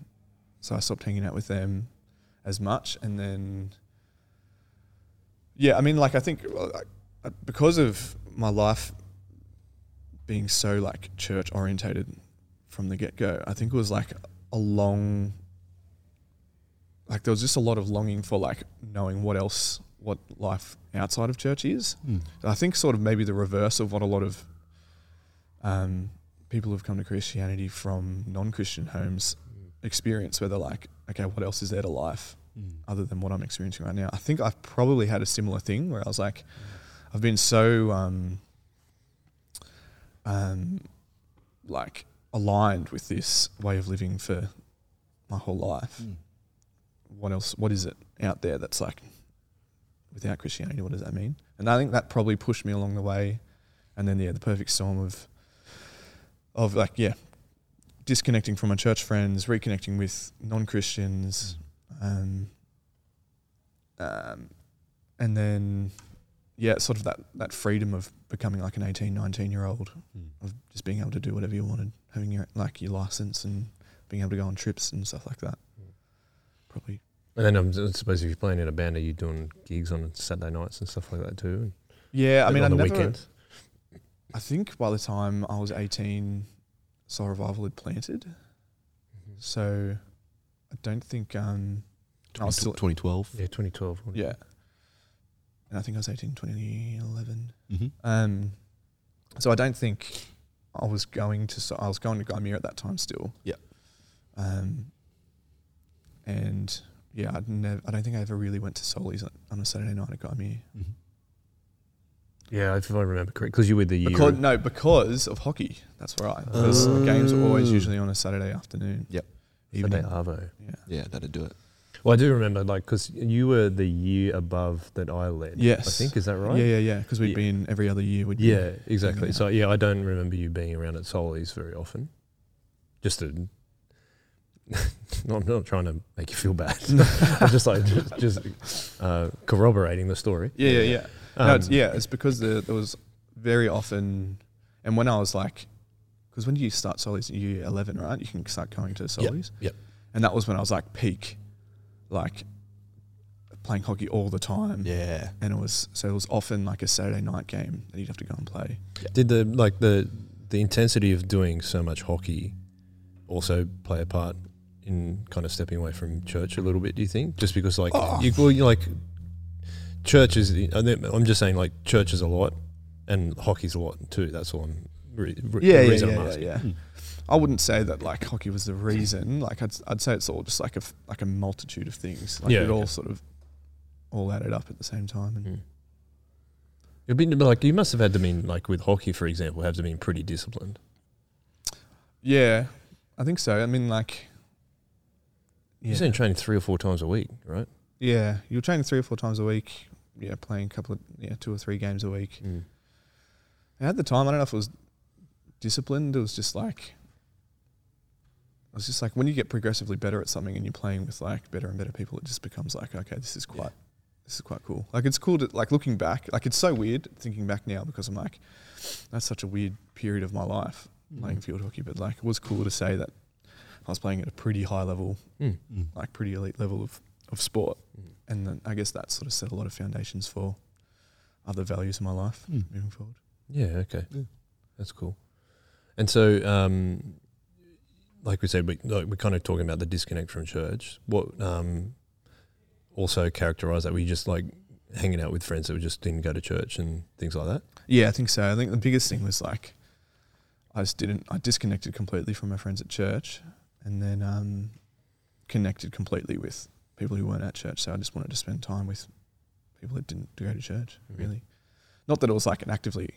S3: so I stopped hanging out with them as much, and then yeah, I mean, like I think well, like, uh, because of my life being so like church orientated from the get go, I think it was like a long like there was just a lot of longing for like knowing what else what life outside of church is.
S2: Mm-hmm.
S3: I think sort of maybe the reverse of what a lot of um, people who've come to Christianity from non-Christian homes experience, where they're like, okay, what else is there to life
S2: Mm-hmm.
S3: other than what I'm experiencing right now? I think I've probably had a similar thing where I was like, I've been so um, um, like aligned with this way of living for my whole life. What else? What is it out there that's like without Christianity? What does that mean? And I think that probably pushed me along the way. And then yeah, the perfect storm of of like yeah, disconnecting from my church friends, reconnecting with non Christians, um, um, and then yeah, sort of that that freedom of becoming like an 18, 19 year old of just being able to do whatever you wanted, having your like your license and being able to go on trips and stuff like that. Probably.
S1: And then I'm I suppose if you're playing in a band, are you doing gigs on Saturday nights and stuff like that too?
S3: Yeah, I mean, I
S1: on the
S3: never.
S1: weekends.
S3: I think by the time I was eighteen, Soul Revival had planted. So, I don't think. um
S2: Mm-hmm.
S3: I was still,
S2: 2012.
S1: Yeah, 2012.
S3: yeah, and I think I was 18, 2011.
S2: Mm-hmm.
S3: Um, so I don't think I was going to. so I was going to Gaimir at that time still.
S2: Yeah.
S3: Um. And yeah, I'd never. I don't think I ever really went to Soli's on- on a Saturday night at Gaimir.
S2: Um,
S1: Yeah, if I remember correctly, because you Ah. were the year.
S3: Because, no, because of hockey. That's right. Because
S2: Oh.
S3: games are always usually on a Saturday afternoon.
S2: Yep.
S3: Evening.
S1: Saturday Arvo.
S3: Yeah.
S2: Yeah, that'd do it.
S1: Well, I do remember, like, because you were the year above that I led.
S3: Yes.
S1: I think is that right?
S3: Yeah, yeah, yeah. Because we'd
S1: Yeah.
S3: been every other year. We'd
S1: Yeah, exactly.
S3: Yeah.
S1: So yeah, I don't remember you being around at Soli's very often. Just to No, I'm not trying to make you feel bad. I'm just like just, just uh, corroborating the story.
S3: Yeah, yeah, yeah.
S1: Um,
S3: no, it's, yeah, it's because there, there was very often, and when I was like, because when do you start solis? Year eleven, right? You can start going to solis.
S1: yep.
S3: And that was when I was like peak, like playing hockey all the time.
S2: Yeah.
S3: And it was so it was often like a Saturday night game that you'd have to go and play.
S1: Did the like the the intensity of doing so much hockey also play a part in kind of stepping away from church a little bit? Do you think just because like
S3: Oh.
S1: you well you like church is I think- I'm just saying like church is a lot and hockey's a lot too. That's all I'm re- re- the reason I'm asking.
S3: yeah.
S2: Mm-hmm.
S3: I wouldn't say that like hockey was the reason. Like I'd, I'd say it's all just like a f- like a multitude of things. Like
S1: Yeah,
S3: it all
S1: okay.
S3: sort of all added up at the same time. And
S1: Mm. You've been like you must have had to been like with hockey for example have to been pretty disciplined.
S3: yeah, I think so. I mean, like yeah,
S1: You're saying training three or four times a week, right?
S3: yeah, you're training three or four times a week. Yeah, playing a couple of yeah two or three games a week. And at the time, I don't know if it was disciplined. It was just like it was just like when you get progressively better at something and you're playing with like better and better people, it just becomes like okay, this is quite this is quite cool. Like it's cool to like looking back. Like it's so weird thinking back now because I'm like that's such a weird period of my life playing field hockey. But like it was cool to say that I was playing at a pretty high level,
S1: Mm.
S2: Mm.
S3: like pretty elite level of of sport,
S1: Mm.
S3: and then I guess that sort of set a lot of foundations for other values in my life
S2: Mm.
S3: moving forward.
S1: Yeah, okay.
S2: Yeah.
S1: That's cool. And so, um, like we said, we, like, we're kind of talking about the disconnect from church. What um, also characterized that? Were you just like hanging out with friends that were just didn't go to church and things like that?
S3: Yeah, I think so. I think the biggest thing was like I just didn't I disconnected completely from my friends at church and then um connected completely with people who weren't at church. So I just wanted to spend time with people that didn't go to church,
S2: Mm-hmm.
S1: Mhm.
S3: really. Not that it was like an actively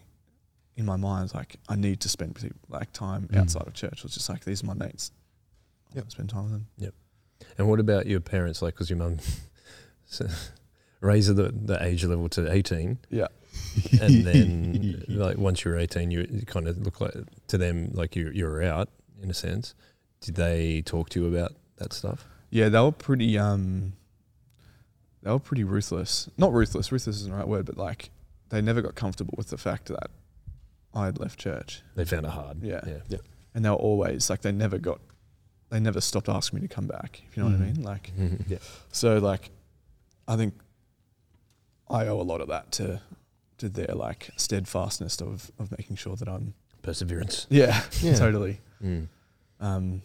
S3: in my mind like I need to spend with people- like time
S2: Mm.
S3: outside of church. It was just like these are my mates.
S2: Yep.
S3: I want to spend time with them.
S1: And what about your parents? Like, because your mum so, raised the, the age level to 18.
S3: Yeah.
S1: And then, like, once you were 18, you, you kind of look like to them like you, you were out in a sense. Did they talk to you about that stuff?
S3: Yeah, they were pretty um they were pretty ruthless. Not ruthless, ruthless isn't the right word, but like they never got comfortable with the fact that I had left church.
S1: They found it hard.
S3: Yeah.
S1: Yeah.
S3: And they were always like they never got they never stopped asking me to come back, if you know what I
S2: Mm.
S3: mean? Like
S1: yeah.
S3: so like I think I owe a lot of that to to their like steadfastness of of making sure that I'm
S1: Perseverance.
S3: Yeah,
S2: Yeah.
S3: totally.
S1: Mm.
S3: Um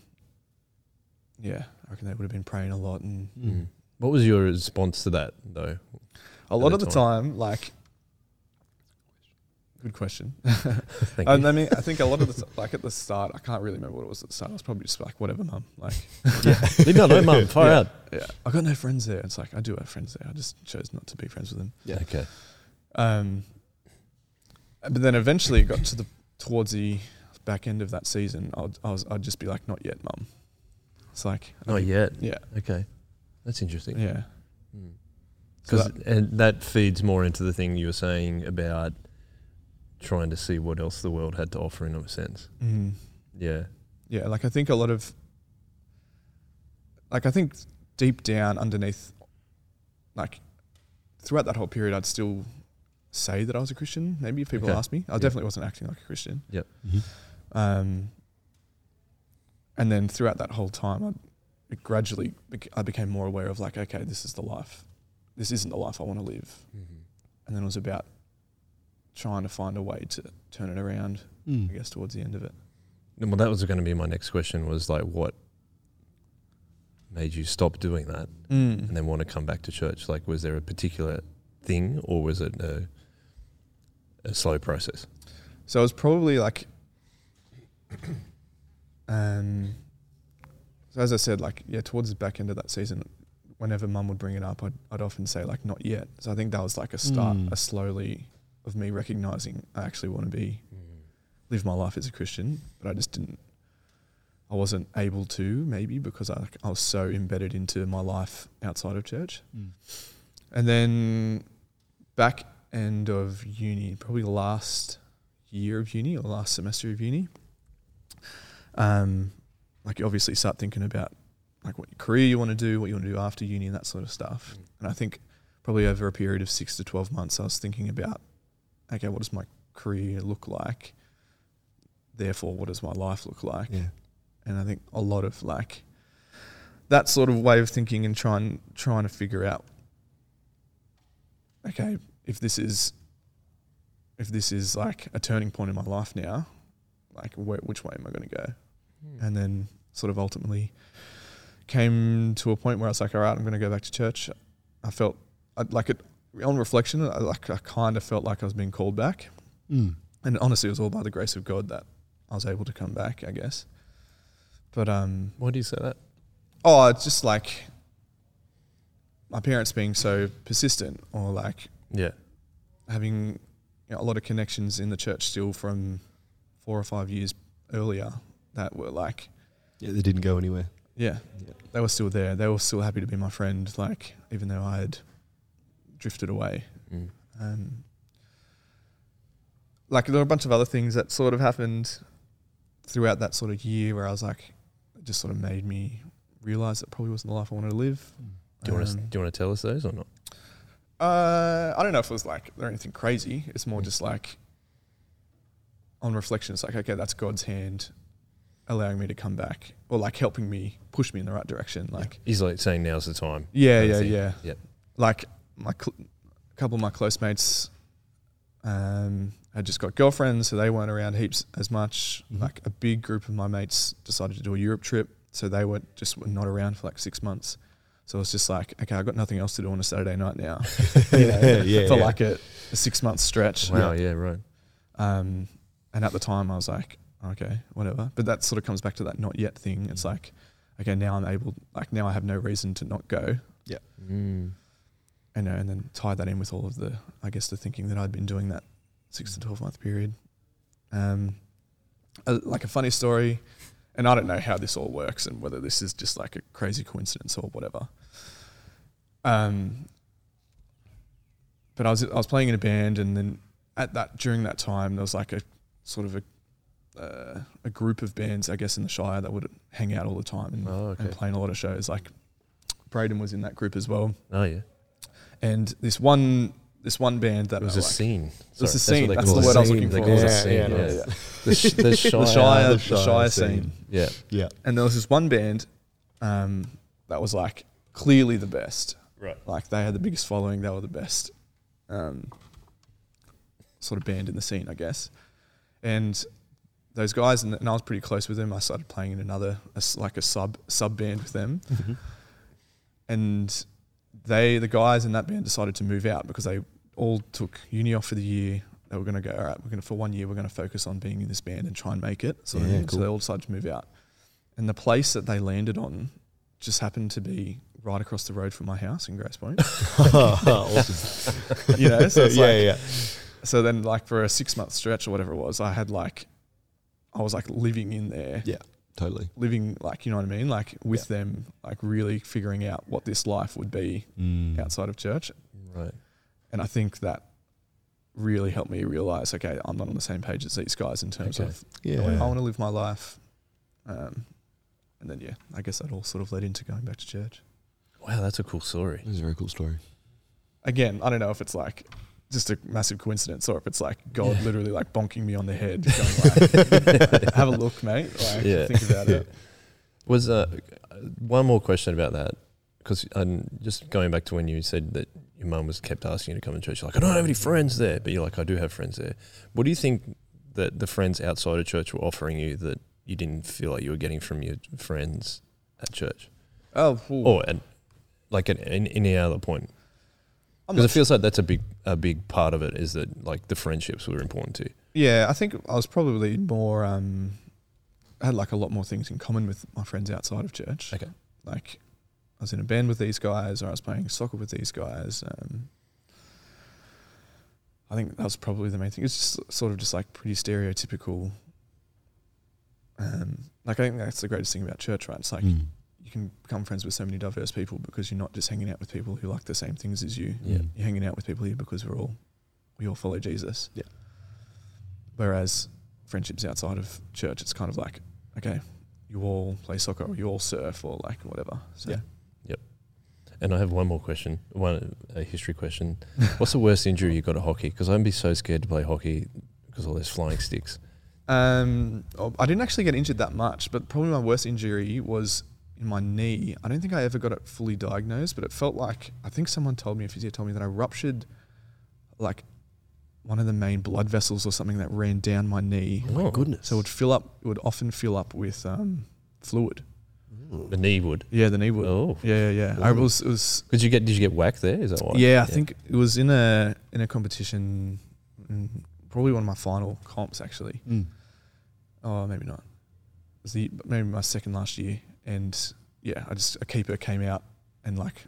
S3: yeah, I reckon they would have been praying a lot and
S1: Mm. What was your response to that, though?
S3: A lot
S1: the
S3: of the time, like, good question.
S1: Thank
S3: And
S1: you.
S3: I mean, I think a lot of the t- like at the start, I can't really remember what it was at the start. I was probably just like, whatever, mum. Like,
S1: Leave me alone, mum. Fire out.
S3: yeah, I got no friends there. It's like I do have friends there. I just chose not to be friends with them.
S2: Yeah.
S1: Okay.
S3: Um, but then eventually, it got to the towards the back end of that season. I'd, I was I'd just be like, not yet, mum. It's like,
S1: Not yet.
S3: yeah,
S1: Okay. That's interesting. Mm.
S3: yeah, So
S1: Because and that feeds more into the thing you were saying about trying to see what else the world had to offer in a sense.
S3: mm.
S1: Yeah.
S3: yeah like i think a lot of like i think deep down underneath like throughout that whole period i'd still say that i was a christian maybe if people
S1: Okay.
S3: asked me i
S1: Yeah.
S3: definitely wasn't acting like a christian Mm-hmm.
S2: Mhm.
S3: um and then throughout that whole time i it gradually bec- i became more aware of like okay this is the life this isn't the life i want to live
S1: Mm-hmm.
S3: and then it was about trying to find a way to turn it around i
S2: Mm.
S3: guess towards the end of it
S1: And Well, that was going to be my next question. Was like, what made you stop doing that and then want to come back to church? Like, was there a particular thing, or was it a, a slow process?
S3: So it was probably like, um, so as I said, like yeah, towards the back end of that season, whenever Mum would bring it up, I'd, I'd often say like not yet. So I think that was like a start,
S2: Mm.
S3: a slowly of me recognizing I actually want to be live my life as a Christian, but I just didn't. I wasn't able to maybe because I I was so embedded into my life outside of church.
S2: Mm.
S3: And then back end of uni, probably last year of uni or last semester of uni, um, like you obviously start thinking about like what career you want to do, what you want to do after uni, and that sort of stuff. And I think probably over a period of six to twelve months, I was thinking about, okay, what does my career look like? Therefore, what does my life look like?
S2: Yeah.
S3: and I think a lot of like that sort of way of thinking and trying trying to figure out okay if this is if this is like a turning point in my life now like where, which way am I going to go
S1: Mm.
S3: and then sort of ultimately came to a point where I was like all right I'm going to go back to church I felt I, like it on reflection I, like I kind of felt like I was being called back and honestly it was all by the grace of God that I was able to come back I guess but um
S1: Why do you say that?
S3: oh, it's just like my parents being so persistent or like
S1: Yeah.
S3: having you know, a lot of connections in the church still from four or five years earlier that were like,
S2: Yeah, they didn't go anywhere.
S3: yeah,
S2: Yeah.
S3: they were still there. They were still happy to be my friend, like, even though I had drifted away.
S1: Mm.
S3: Um, like there were a bunch of other things that sort of happened throughout that sort of year where I was like, it just sort of made me realize that probably wasn't the life I wanted to live.
S1: Do you want to
S3: Um,
S1: do you want to tell us those or not?
S3: Uh, I don't know if it was like or anything crazy. It's more just like on reflection, it's like okay, that's God's hand allowing me to come back, or like helping me push me in the right direction. Like
S1: He's like saying now's the time.
S3: yeah,
S1: Kind
S3: yeah,
S1: of
S3: yeah.
S1: thing. Yep.
S3: Like my cl- a couple of my close mates um, had just got girlfriends, so they weren't around heaps as much.
S1: Mm-hmm.
S2: Mhm.
S3: Like a big group of my mates decided to do a Europe trip, so they were just were not around for like six months. So it's just like, okay, I've got nothing else to do on a Saturday night now. You know,
S2: yeah,
S3: for
S2: yeah.
S3: like a, a six month stretch.
S1: Wow. Yeah. Right.
S3: Um, and at the time, I was like, okay, whatever. But that sort of comes back to that not yet thing.
S2: Mm.
S3: It's like, okay, now I'm able, like now I have no reason to not go.
S1: Mm.
S3: And, uh, and then tie that in with all of the, I guess, the thinking that I'd been doing that six to 12 month period. Um, a, like a funny story, and I don't know how this all works and whether this is just like a crazy coincidence or whatever. Um, but I was I was playing in a band, and then at that during that time there was like a sort of a uh, a group of bands, I guess, in the Shire that would hang out all the time and,
S1: Oh, okay.
S3: and playing a lot of shows. Like Braden was in that group as well,
S1: Oh yeah.
S3: and this one this one band that
S1: It was
S3: I
S1: a
S3: like-
S1: scene.
S3: It was a
S1: Sorry,
S3: scene.
S1: what they
S3: That's,
S1: call
S3: the
S1: it.
S3: word I was
S2: Scene,
S3: looking
S1: They
S3: for.
S1: call it a
S2: Yeah,
S1: scene.
S2: yeah,
S1: Yeah.
S2: no, yeah.
S1: The, sh- the Shire.
S3: The Shire, the
S2: the
S3: Shire,
S2: Shire
S3: scene.
S2: scene.
S1: Yeah.
S2: Yeah.
S3: And there was this one band um, that was like clearly the best.
S1: Right.
S3: Like they had the biggest following. They were the best um, sort of band in the scene, I guess. And those guys, and, and I was pretty close with them. I started playing in another, a s like a sub sub band with them. And they, the guys in that band, decided to move out because they all took uni off for the year. They were going to go, all right, we're going to for one year, we're going to focus on being in this band and try and make it. So,
S2: Yeah,
S3: then- so
S2: cool.
S3: they all decided to move out. And the place that they landed on just happened to be right across the road from my house in Grace Point.
S2: awesome.
S3: you know, so it's
S2: yeah,
S3: like,
S2: yeah.
S3: so then like for a six month stretch or whatever it was, I had like, I was like living in there,
S2: Yeah. Totally.
S3: living like you know what I mean, like with them, like really figuring out what this life would be
S2: Mm.
S3: outside of church.
S1: Right.
S3: And I think that really helped me realize, okay, I'm not on the same page as these guys in terms
S1: Okay.
S3: of
S2: Yeah.
S3: I want to live my life. Um, and then yeah, I guess that all sort of led into going back to church.
S1: Wow, that's a cool story.
S2: It was a very cool story.
S3: again, I don't know if it's like just a massive coincidence or if it's like God literally like bonking me on the head, going like, "Have a look, mate." Like,
S1: Yeah.
S3: think about it.
S1: Was uh, one more question about that because um, just going back to when you said that your mum was kept asking you to come to church, you're like I don't have any friends there, but you're like I do have friends there. What do you think that the friends outside of church were offering you that you didn't feel like you were getting from your friends at church,
S3: Oh, ooh.
S1: or at like at any, any other point?
S3: I'm
S1: Because
S3: not
S1: it feels like that's a big a big part of it is that like the friendships were important to you.
S3: Yeah, I think I was probably more. Um, I had like a lot more things in common with my friends outside of church.
S1: Okay.
S3: Like, I was in a band with these guys, or I was playing soccer with these guys. Um, I think that was probably the main thing. It's just sort of just like pretty stereotypical. Um, like I think that's the greatest thing about church, right? It's like
S2: Mm.
S3: you can become friends with so many diverse people because you're not just hanging out with people who like the same things as you
S1: Yeah.
S3: you're hanging out with people here because we're all we all follow Jesus.
S2: Yeah.
S3: Whereas friendships outside of church, it's kind of like, okay, you all play soccer or you all surf or like whatever. So
S2: Yeah.
S1: And I have one more question, one a history question. What's the worst injury you got at hockey? Because I'd be so scared to play hockey because all those flying sticks.
S3: Um, oh, I didn't actually get injured that much, but probably my worst injury was in my knee. I don't think I ever got it fully diagnosed, but it felt like I think someone told me, a physio told me that I ruptured like one of the main blood vessels or something that ran down my knee.
S1: Oh,
S2: goodness.
S3: So it would fill up, it would often fill up with um, fluid.
S1: The knee would.
S3: Yeah, the knee would.
S1: Oh,
S3: Yeah, yeah, yeah. I was, it was
S1: because you get did you get whacked there? Is that why?
S3: yeah, I think it was in a in a competition, mm, probably one of my final comps actually.
S2: Mm.
S3: Oh, maybe not. It was the maybe my second last year, and yeah, I just a keeper came out and like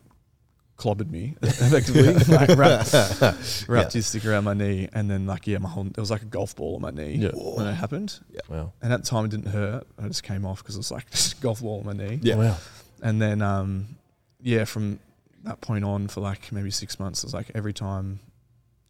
S3: clobbered me effectively, like wrapped, wrapped his stick around my knee, and then like yeah, my whole it was like a golf ball on my knee
S1: Yeah.
S3: when it happened,
S1: Wow.
S3: and at the time it didn't hurt. I just came off because it was like just golf ball on my knee
S2: Yeah.
S1: Wow.
S3: and then um, yeah, from that point on for like maybe six months, it was like every time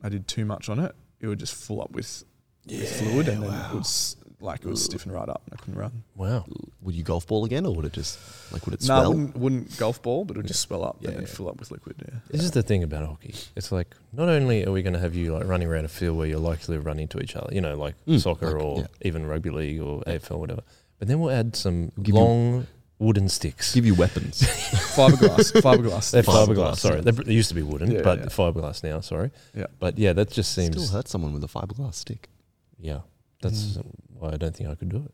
S3: I did too much on it, it would just fill up with, with fluid, and then it would s- like it would stiffen right up, and I couldn't run.
S1: Wow.
S2: Would you golf ball again, or would it just like would it
S3: No, it
S2: swell?
S3: wouldn't, wouldn't golf ball, but it would just swell up
S2: Yeah,
S3: and then
S2: yeah.
S3: fill up with liquid. Yeah,
S1: This is the thing about hockey. It's like not only are we going to have you like running around a field where you're likely to run into each other, you know, like
S2: Mm,
S1: soccer
S2: like,
S1: or
S2: yeah.
S1: even rugby league or AFL, whatever. But then we'll add some
S2: Give you-
S1: long wooden sticks.
S2: Give you weapons.
S3: fiberglass, fiberglass.
S1: They're
S2: Fiberglass,
S1: fiberglass. Sorry,
S2: yeah.
S1: they, they used to be wooden,
S3: Yeah,
S1: but
S3: yeah.
S1: fiberglass now. Sorry.
S3: Yeah.
S1: But yeah, that just
S2: Still
S1: seems.
S2: hurt someone with a fiberglass stick.
S1: Yeah, that's
S3: Mm.
S1: why I don't think I could do it.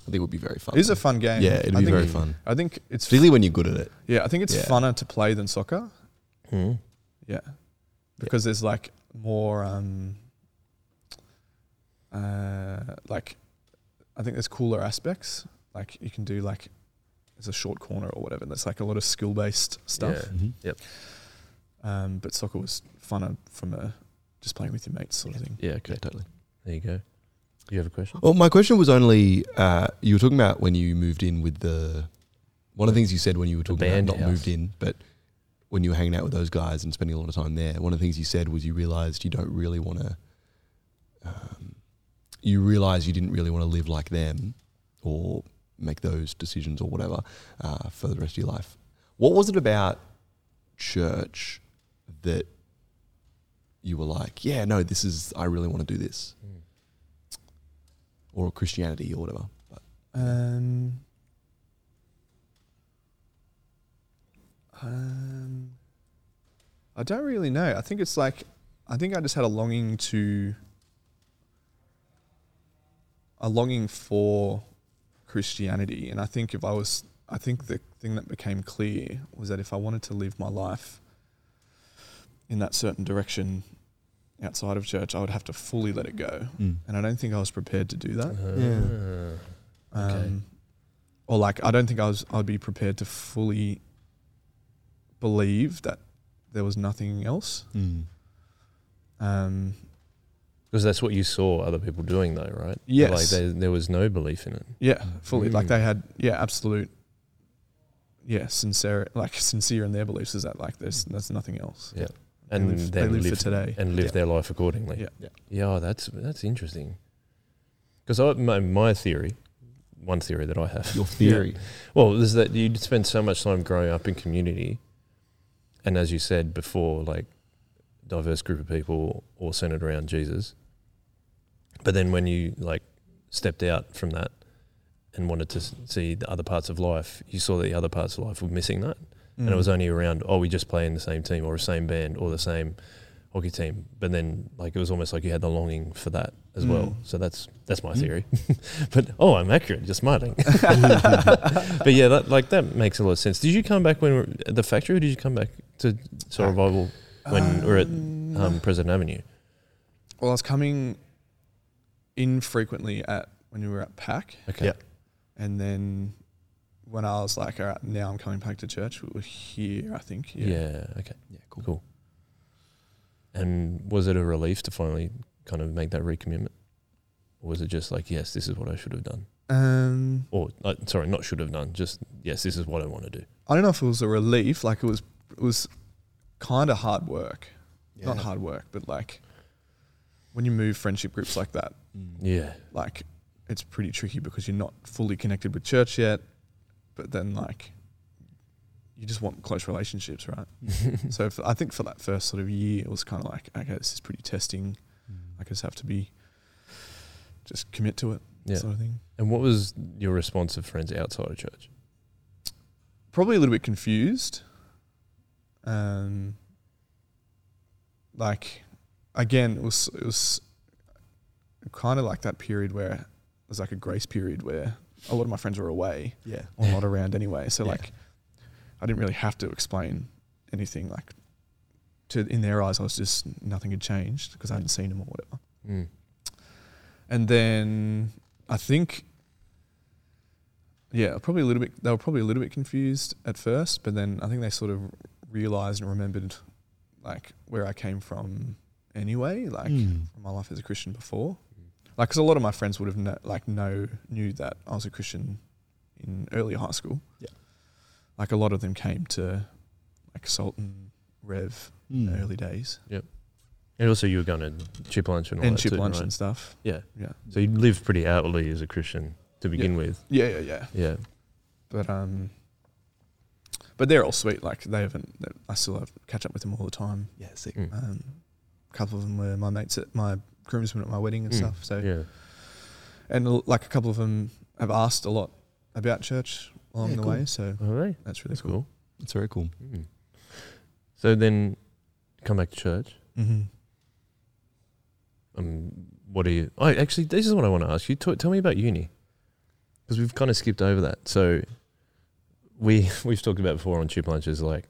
S2: I think it would be very fun.
S3: It is a fun game.
S2: yeah, it'd
S3: I
S2: be
S3: think,
S2: very fun,
S3: I think it's
S2: particularly when you're good at it.
S3: yeah, I think it's
S2: Yeah.
S3: funner to play than soccer.
S1: Hmm.
S3: Yeah. Because there's like more um uh like I think there's cooler aspects. Like you can do like there's a short corner or whatever. That's like a lot of skill based stuff.
S2: Mm-hmm.
S1: Yeah.
S3: Um but soccer was funner from a just playing with your mates sort of thing.
S1: Yeah. Okay.
S2: Yeah, totally.
S1: There you go. Do you have a question?
S2: Well, my question was only uh, you were talking about when you moved in with the one of the things you said when you were talking about
S1: band
S2: not
S1: house.
S2: moved in, but when you were hanging out with those guys and spending a lot of time there. One of the things you said was you realized you don't really want to. Um, you realized you didn't really want to live like them, or make those decisions or whatever uh, for the rest of your life. What was it about church that you were like, yeah, no, this is I really want to do this? or Christianity or whatever. But
S3: Um Um I don't really know. I think it's like I think I just had a longing to a longing for Christianity and I think if I was I think the thing that became clear was that if I wanted to live my life in that certain direction outside of church, I would have to fully let it go. And I don't think I was prepared to do that.
S1: Uh-huh. yeah.
S3: Um,
S1: Okay.
S3: Or like, I don't think I was. I'd be prepared to fully believe that there was nothing else.
S2: Mm.
S3: Um,
S1: Because that's what you saw other people doing, though, right? Like
S3: Yes.
S1: there, there was no belief in it.
S3: yeah, fully. Like
S1: Mm.
S3: they had, yeah, absolute, yeah, sincere, like sincere in their beliefs is that like there's there's nothing else. They
S1: and then
S3: live- they live for
S1: lived-
S3: today.
S1: and live
S2: Yeah.
S1: their life accordingly.
S3: Yeah.
S2: Yeah.
S1: yeah, oh, that's that's interesting. Because my, my theory, one theory that I have,
S2: Your theory.
S1: well, is that you'd spend so much time growing up in community, and as you said before, like diverse group of people all centered around Jesus. But then when you like stepped out from that and wanted to s- see the other parts of life, you saw that the other parts of life were missing that
S3: Mm.
S2: Mm.
S1: and it was only around oh we just play in the same team or the same band or the same hockey team but then like it was almost like you had the longing for that as well
S3: Mm.
S1: so that's that's my
S2: Mm.
S1: theory but oh i'm accurate just smarting but yeah that, like that makes a lot of sense did you come back when we were at the factory or did you come back to soul revival when we we're at
S3: Um,
S1: um, president avenue
S3: well, I was coming infrequently at when we were at PAC,
S1: okay
S2: Yeah.
S3: and then when I was like, all right, now I'm coming back to church. We were here, I think.
S1: yeah, okay
S2: Yeah, cool.
S1: Cool. and was it a relief to finally kind of make that recommitment or was it just like yes this is what i should have done
S3: Um,
S1: or uh, sorry, not should have done. Just yes, this is what I want to do.
S3: I don't know if it was a relief. Like it was, it was kind of hard work. Not hard work, but like when you move friendship groups like that,
S2: Mm.
S1: Yeah,
S3: like it's pretty tricky because you're not fully connected with church yet, but then like you just want close relationships, right?
S1: Mm.
S3: so for, I think for that first sort of year, it was kind of like, okay, this is pretty testing.
S2: Mm.
S3: I just have to be just commit to it,
S1: Yeah.
S3: sort of thing.
S1: And what was your response of friends outside of church?
S3: probably a little bit confused. Um, like, again, it was it was kind of like that period where it was like a grace period where a lot of my friends were away
S2: Yeah.
S3: or not around anyway. So
S2: Yeah.
S3: like, I didn't really have to explain anything. Like, to in their eyes, I was just nothing had changed because I hadn't seen them or whatever.
S1: Mm.
S3: And then I think, yeah, probably a little bit. They were probably a little bit confused at first, but then I think they sort of realized and remembered, like where I came from, anyway, like
S1: Hmm.
S2: Mm.
S3: from my life as a Christian before. Like, because a lot of my friends would have kno- like know knew that I was a Christian in early high school.
S2: Yeah.
S3: like a lot of them came to like Sultan Rev
S1: Hmm.
S2: mm.
S3: in the early days
S1: And also, you were going to chip lunch and all
S3: and
S1: that
S3: chip
S1: too,
S3: lunch
S1: right?
S3: and stuff.
S1: Yeah.
S3: Yeah.
S1: So you lived pretty outwardly as a Christian to begin with.
S3: Yeah, yeah, yeah.
S1: Yeah.
S3: But um, but they're all sweet. Like they haven't. they- I still have catch up with them all the time.
S2: Yeah, sick.
S1: Mm.
S3: Um, a couple of them were my mates at my groomsmen at my wedding and
S1: Mm.
S3: stuff. So
S1: Yeah.
S3: and l- like a couple of them have asked a lot about church along
S2: Yeah,
S3: the
S2: cool.
S3: way. So
S1: All right.
S3: that's really
S1: That's
S3: cool.
S1: cool.
S2: It's very cool.
S1: Mm. So then, come back to church.
S3: Mm-hmm.
S1: Um, what are you? Oh, actually, this is what I want to ask you. T- tell me about uni, because we've kind of skipped over that. So, we we've talked about before on chip lunches, like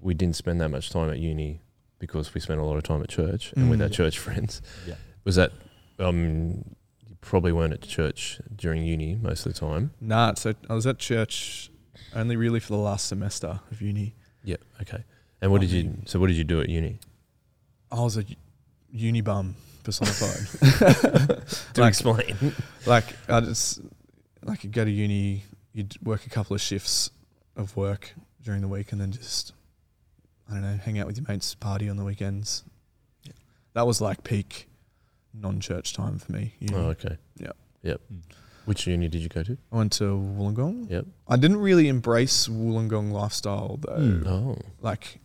S1: we didn't spend that much time at uni because we spent a lot of time at church and with
S3: Mm.
S1: our church friends.
S2: Yeah.
S1: Was that um? You probably weren't at church during uni most of the time.
S3: Nah, so I was at church only really for the last semester of uni.
S1: Yeah. Okay. And what
S3: I
S1: did you?
S3: mean-
S1: So what did you do at uni?
S3: I was a u- uni bum personified.
S1: To
S3: Like-
S1: explain.
S3: like I just like you go to uni, you'd work a couple of shifts of work during the week, and then just I don't know, hang out with your mates, party on the weekends.
S2: Yeah.
S3: That was like peak non-church time for me. uni.
S1: Oh, okay.
S3: Yeah.
S1: Yep.
S2: Mm.
S1: Which uni did you go to?
S3: I went to Wollongong.
S1: Yep.
S3: I didn't really embrace Wollongong lifestyle though.
S2: Mm.
S1: Oh.
S3: Like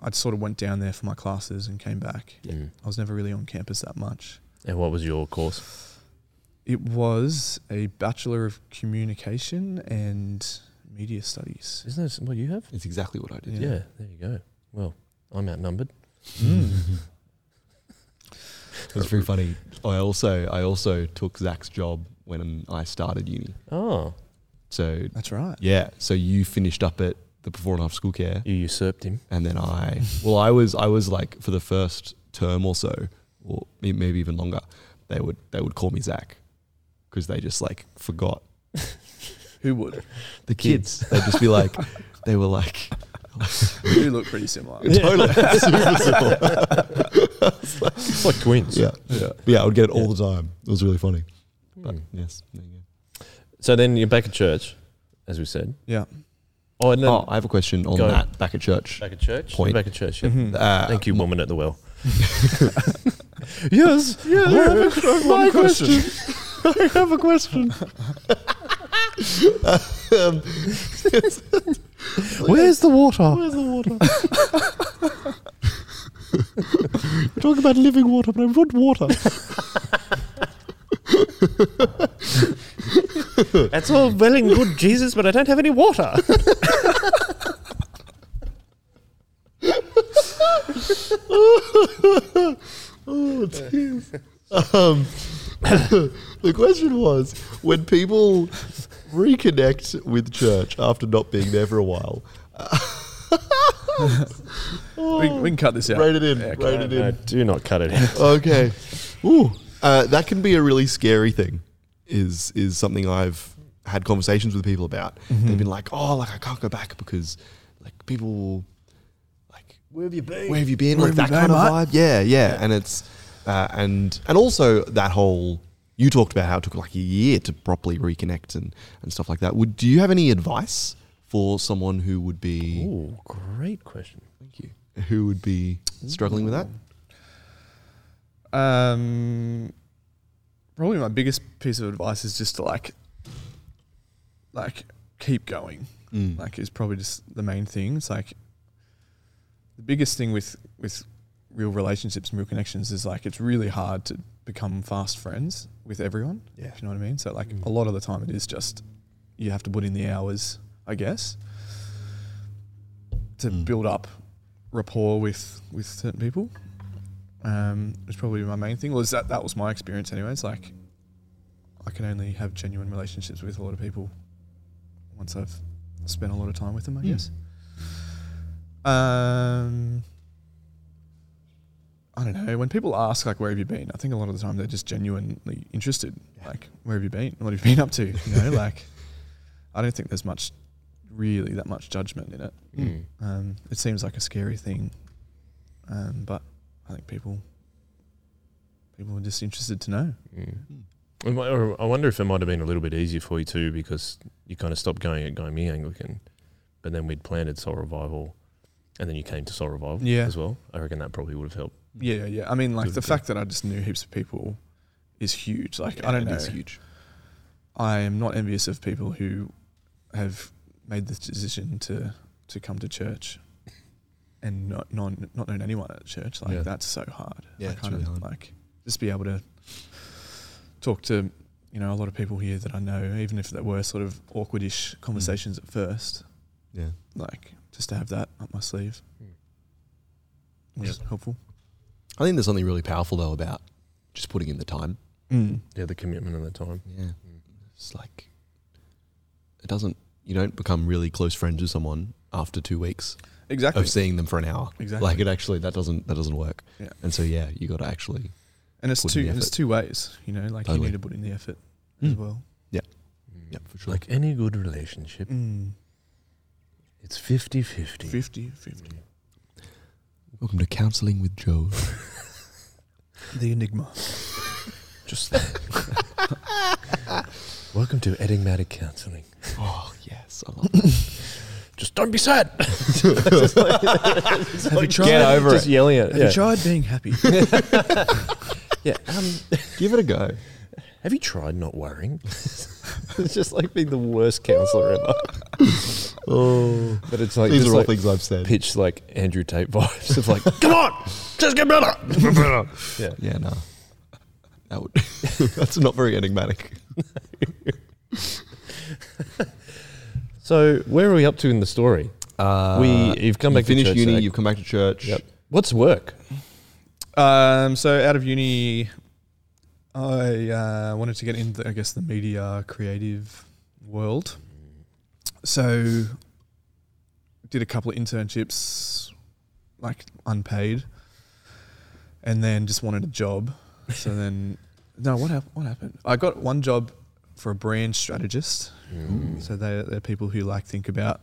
S3: I sort of went down there for my classes and came back.
S2: Yeah.
S1: Mm.
S3: I was never really on campus that much.
S1: And what was your course?
S3: It was a Bachelor of Communication and Media Studies.
S1: Isn't that what you have?
S2: It's exactly what I did.
S1: Yeah.
S3: Yeah.
S1: there you go. Well, I'm outnumbered.
S2: Mm. it was pretty funny. I also I also took Zach's job when I started uni.
S1: Oh.
S2: So
S3: That's right.
S2: yeah, so you finished up at the before and after school care,
S1: You usurped him.
S2: and then I well I was I was like for the first term or so, or may- maybe even longer, they would they would call me Zach because they just like forgot
S3: Who would?
S2: the kids. They'd just be like they were like
S3: Who look pretty similar.
S2: totally super simple.
S1: It's like twins.
S2: Yeah.
S3: Yeah.
S2: Yeah, I would get it all the time. It was really funny. But
S1: Hmm.
S2: yes, there you go.
S1: So then you're back at church, as we said.
S3: Yeah.
S1: Oh, and then
S2: oh, I have a question on
S1: Go.
S2: that back at church.
S1: back at church.
S2: Point.
S1: Back at church. Yeah.
S3: Mhm.
S2: Uh,
S1: Thank you, woman at the well. yes. Yes. I have a- my question.
S2: I have a question. um,
S1: Where's the
S3: Oh.
S1: water?
S2: the water? We're talking about living water, but I want water.
S1: That's all well and good, Jesus, but I don't have any water.
S2: Oh, jeez. Um, the question was when people reconnect with church after not being there for a while.
S3: We, we can cut this out.
S2: Write it in.
S3: Yeah, okay.
S2: Write it
S1: No,
S2: in.
S1: do not cut it out.
S2: Okay. Ooh, uh, that can be a really scary thing. Is is something I've had conversations with people about.
S3: Mm-hmm.
S2: They've been like, "Oh, like I can't go back because like people will like
S1: Where have you been?
S2: where have you been?
S3: Where
S2: like
S3: have
S2: that
S3: you
S2: kind
S3: been,
S2: of vibe. Yeah, yeah. And it's uh, and and also that whole you talked about how it took like a year to properly reconnect and and stuff like that. Would do you have any advice for someone who would be
S1: Ooh, great question.
S2: thank you who would be struggling with that?
S3: Um, probably my biggest piece of advice is just to like, like keep going.
S2: Mm.
S3: Like is probably just the main thing. It's like the biggest thing with with real relationships and real connections is like it's really hard to become fast friends with everyone.
S2: Yeah.
S3: If you know what I mean? So like
S1: Mm.
S3: a lot of the time it is just you have to put in the hours, I guess, to
S2: Mm.
S3: build up rapport with with certain people. Um, it's probably my main thing. Was that that was my experience anyways. Like I can only have genuine relationships with a lot of people once I've spent a lot of time with them, I
S2: Mm.
S3: guess. Um I don't know. When people ask like, "Where have you been?" I think a lot of the time they're just genuinely interested.
S2: Yeah.
S3: Like, "Where have you been? What have you been up to?" You know, like, I don't think there's much, really, that much judgment in it.
S1: Mm.
S3: Um, it seems like a scary thing, um, but I think people, people are just interested to know.
S1: Mm. It might- or I wonder if it might have been a little bit easier for you too, because you kind of stopped going at going me Anglican, but then we'd planted Soul Revival, and then you came to Soul Revival
S3: Yeah.
S1: as well. I reckon that probably would have helped.
S3: Yeah, yeah. I mean, like
S1: Good,
S3: the
S1: good.
S3: fact that I just knew heaps of people is huge. Like, I don't know.
S2: It's huge.
S3: I am not envious of people who have made this decision to to come to church and not non, not known anyone at church. Like
S1: Yeah.
S3: that's so hard.
S2: Yeah,
S3: I
S2: it's
S3: kind
S2: really
S3: of
S2: hard.
S3: like just be able to talk to you know a lot of people here that I know, even if there were sort of
S2: Hmm.
S3: awkwardish conversations at first.
S2: Yeah.
S3: Like just to have that up my sleeve
S1: Mm.
S2: Hmm.
S3: was helpful.
S2: I think there's something really powerful though about just putting in the time. Hmm.
S1: Yeah, the commitment and the time.
S2: Yeah. It's like it doesn't you don't become really close friends with someone after two weeks
S3: Exactly.
S2: of seeing them for an hour.
S3: Exactly.
S2: Like it actually that doesn't that doesn't work.
S3: Yeah.
S2: And so yeah, you gotta actually
S3: and it's
S2: put in
S3: two
S2: the
S3: and it's
S2: effort.
S3: two ways. You know, like
S2: Totally.
S3: you need to put in the effort as
S2: Mm.
S3: well.
S1: Mm.
S2: Yeah, for sure.
S1: Like any good relationship,
S3: Mm.
S1: it's 50 50.
S3: 50, 50.
S2: Welcome to counselling with Joe.
S3: The Enigma.
S1: Just Welcome to enigmatic counseling.
S2: oh yes, I love that.
S1: Just don't be sad. Have you tried?
S2: Get over
S1: just
S2: it.
S1: yelling at it.
S3: Have
S1: Yeah.
S3: you tried being happy?
S1: yeah. Um,
S2: Give it a go.
S1: have you tried not worrying? it's just like being the worst counselor ever.
S2: Oh
S1: But it's like
S2: these
S1: just
S2: are all
S1: like
S2: things I've said.
S1: pitch like Andrew Tate vibes of like, come on, just get better. Get better. Yeah.
S2: Yeah, no. That would that's not very enigmatic.
S1: So where are we up to in the story?
S2: Uh,
S1: we you've come
S2: you
S1: back
S2: finished
S1: to church,
S2: uni,
S1: Zach.
S2: you've come back to church.
S1: Yep. What's work?
S3: um, so out of uni, I uh, wanted to get into, I guess, the media creative world. So did a couple of internships, like unpaid, and then just wanted a job. So then, no, what, hap- what happened? I got one job for a brand strategist.
S2: Mm.
S1: Mm.
S3: So they they're people who like think about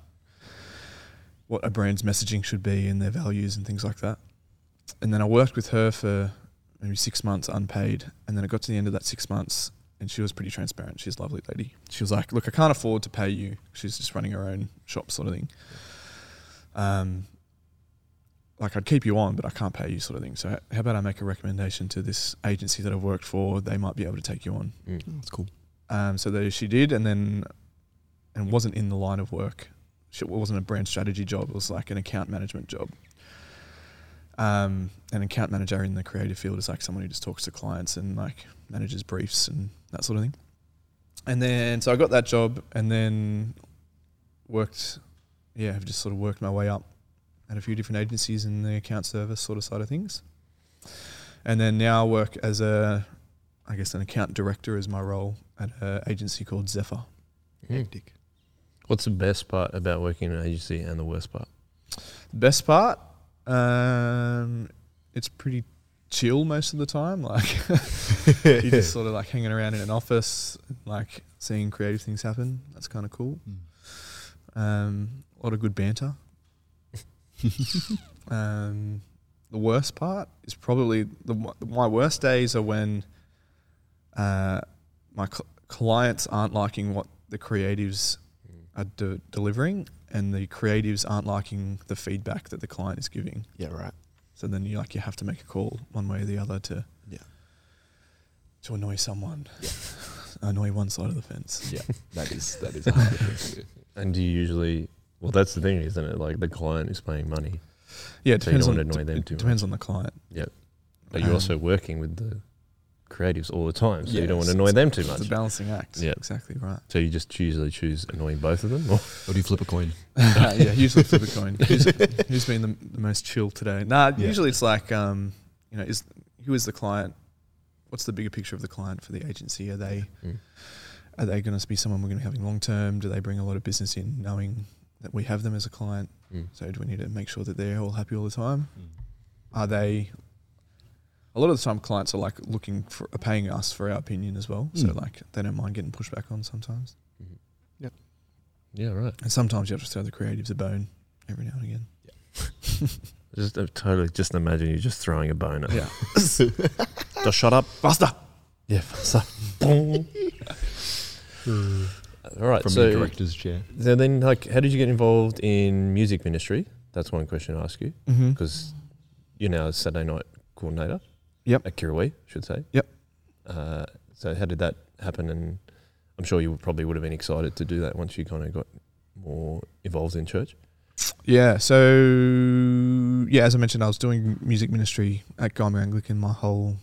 S3: what a brand's messaging should be and their values and things like that. And then I worked with her for maybe six months unpaid, and then it got to the end of that six months, and she was pretty transparent. She's a lovely lady. She was like, "Look, I can't afford to pay you." She's just running her own shop, sort of thing. Um, like I'd keep you on, but I can't pay you, sort of thing. So how about I make a recommendation to this agency that I've worked for? They might be able to take you on.
S2: Oh, that's cool.
S3: Um, so there she did, and then and wasn't in the line of work. She, it wasn't a brand strategy job. It was like an account management job. Um, an account manager in the creative field is like someone who just talks to clients and like manages briefs and that sort of thing. And then so I got that job, and then worked. Yeah, I've just sort of worked my way up at a few different agencies in the account service sort of side of things. And then now I work as a I guess an account director is my role at an agency called Zephyr.
S2: Hectic.
S1: What's the best part about working in an agency and the worst part?
S3: The best part, um, it's pretty chill most of the time. Like you're just sort of like hanging around in an office, like seeing creative things happen. That's kind of cool.
S2: Hmm.
S3: Um, a lot of good banter. um, the worst part is probably the, wo- my worst days are when uh, my cl- clients aren't liking what the creatives are de- delivering, and the creatives aren't liking the feedback that the client is giving.
S2: Yeah, right.
S3: So then you like you have to make a call one way or the other to
S2: Yeah.
S3: to annoy someone. annoy one side of the fence.
S2: Yeah, that is that is. a hard thing to do.
S1: And do you usually? Well, that's the thing, isn't it? Like the client is paying money,
S3: Yeah, it
S1: so you
S3: depends
S1: don't want to
S3: on
S1: annoy them
S3: it
S1: too much.
S3: depends on the client.
S1: But you're
S3: Um,
S1: also working with the creatives all the time, so you don't want to
S3: Yes.
S1: annoy them too
S3: It's
S1: much.
S3: a balancing act.
S1: Yeah.
S3: exactly right.
S1: So you just usually choose annoying both of them. Or?
S2: Or do you flip a coin?
S3: Uh, yeah, usually flip a coin. Who's, who's been the, the most chill today? Nah,
S2: Yeah.
S3: usually it's like, um, you know, is who is the client? What's the bigger picture of the client for the agency? Are they
S1: Mm.
S3: are they going to be someone we're going to be having long term? Do they bring a lot of business in, knowing that we have them as a client?
S1: Mm.
S3: So do we need to make sure that they're all happy all the time? Are they? A lot of the time, clients are like looking for paying us for our opinion as well. So
S2: Mm.
S3: like they don't mind getting pushed back on sometimes,
S1: Yeah, right.
S3: and sometimes you have to throw the creatives a bone every now and again.
S1: Just uh, totally. Just imagine you just throwing a bone. At
S3: Yeah,
S1: Just shut up.
S3: faster.
S1: Yeah. So, boom. all right.
S2: From
S1: so
S2: your director's chair.
S1: So then, like, how did you get involved in music ministry? That's one question I ask you
S3: Mm-hmm.
S1: because you're now a Saturday night coordinator.
S3: Yep.
S1: At Kirawee, should say.
S3: Yep.
S1: Uh, so how did that happen? And I'm sure you probably would have been excited to do that once you kind of got more involved in church.
S3: Yeah. So yeah, as I mentioned, I was doing music ministry at Guymer Anglican my whole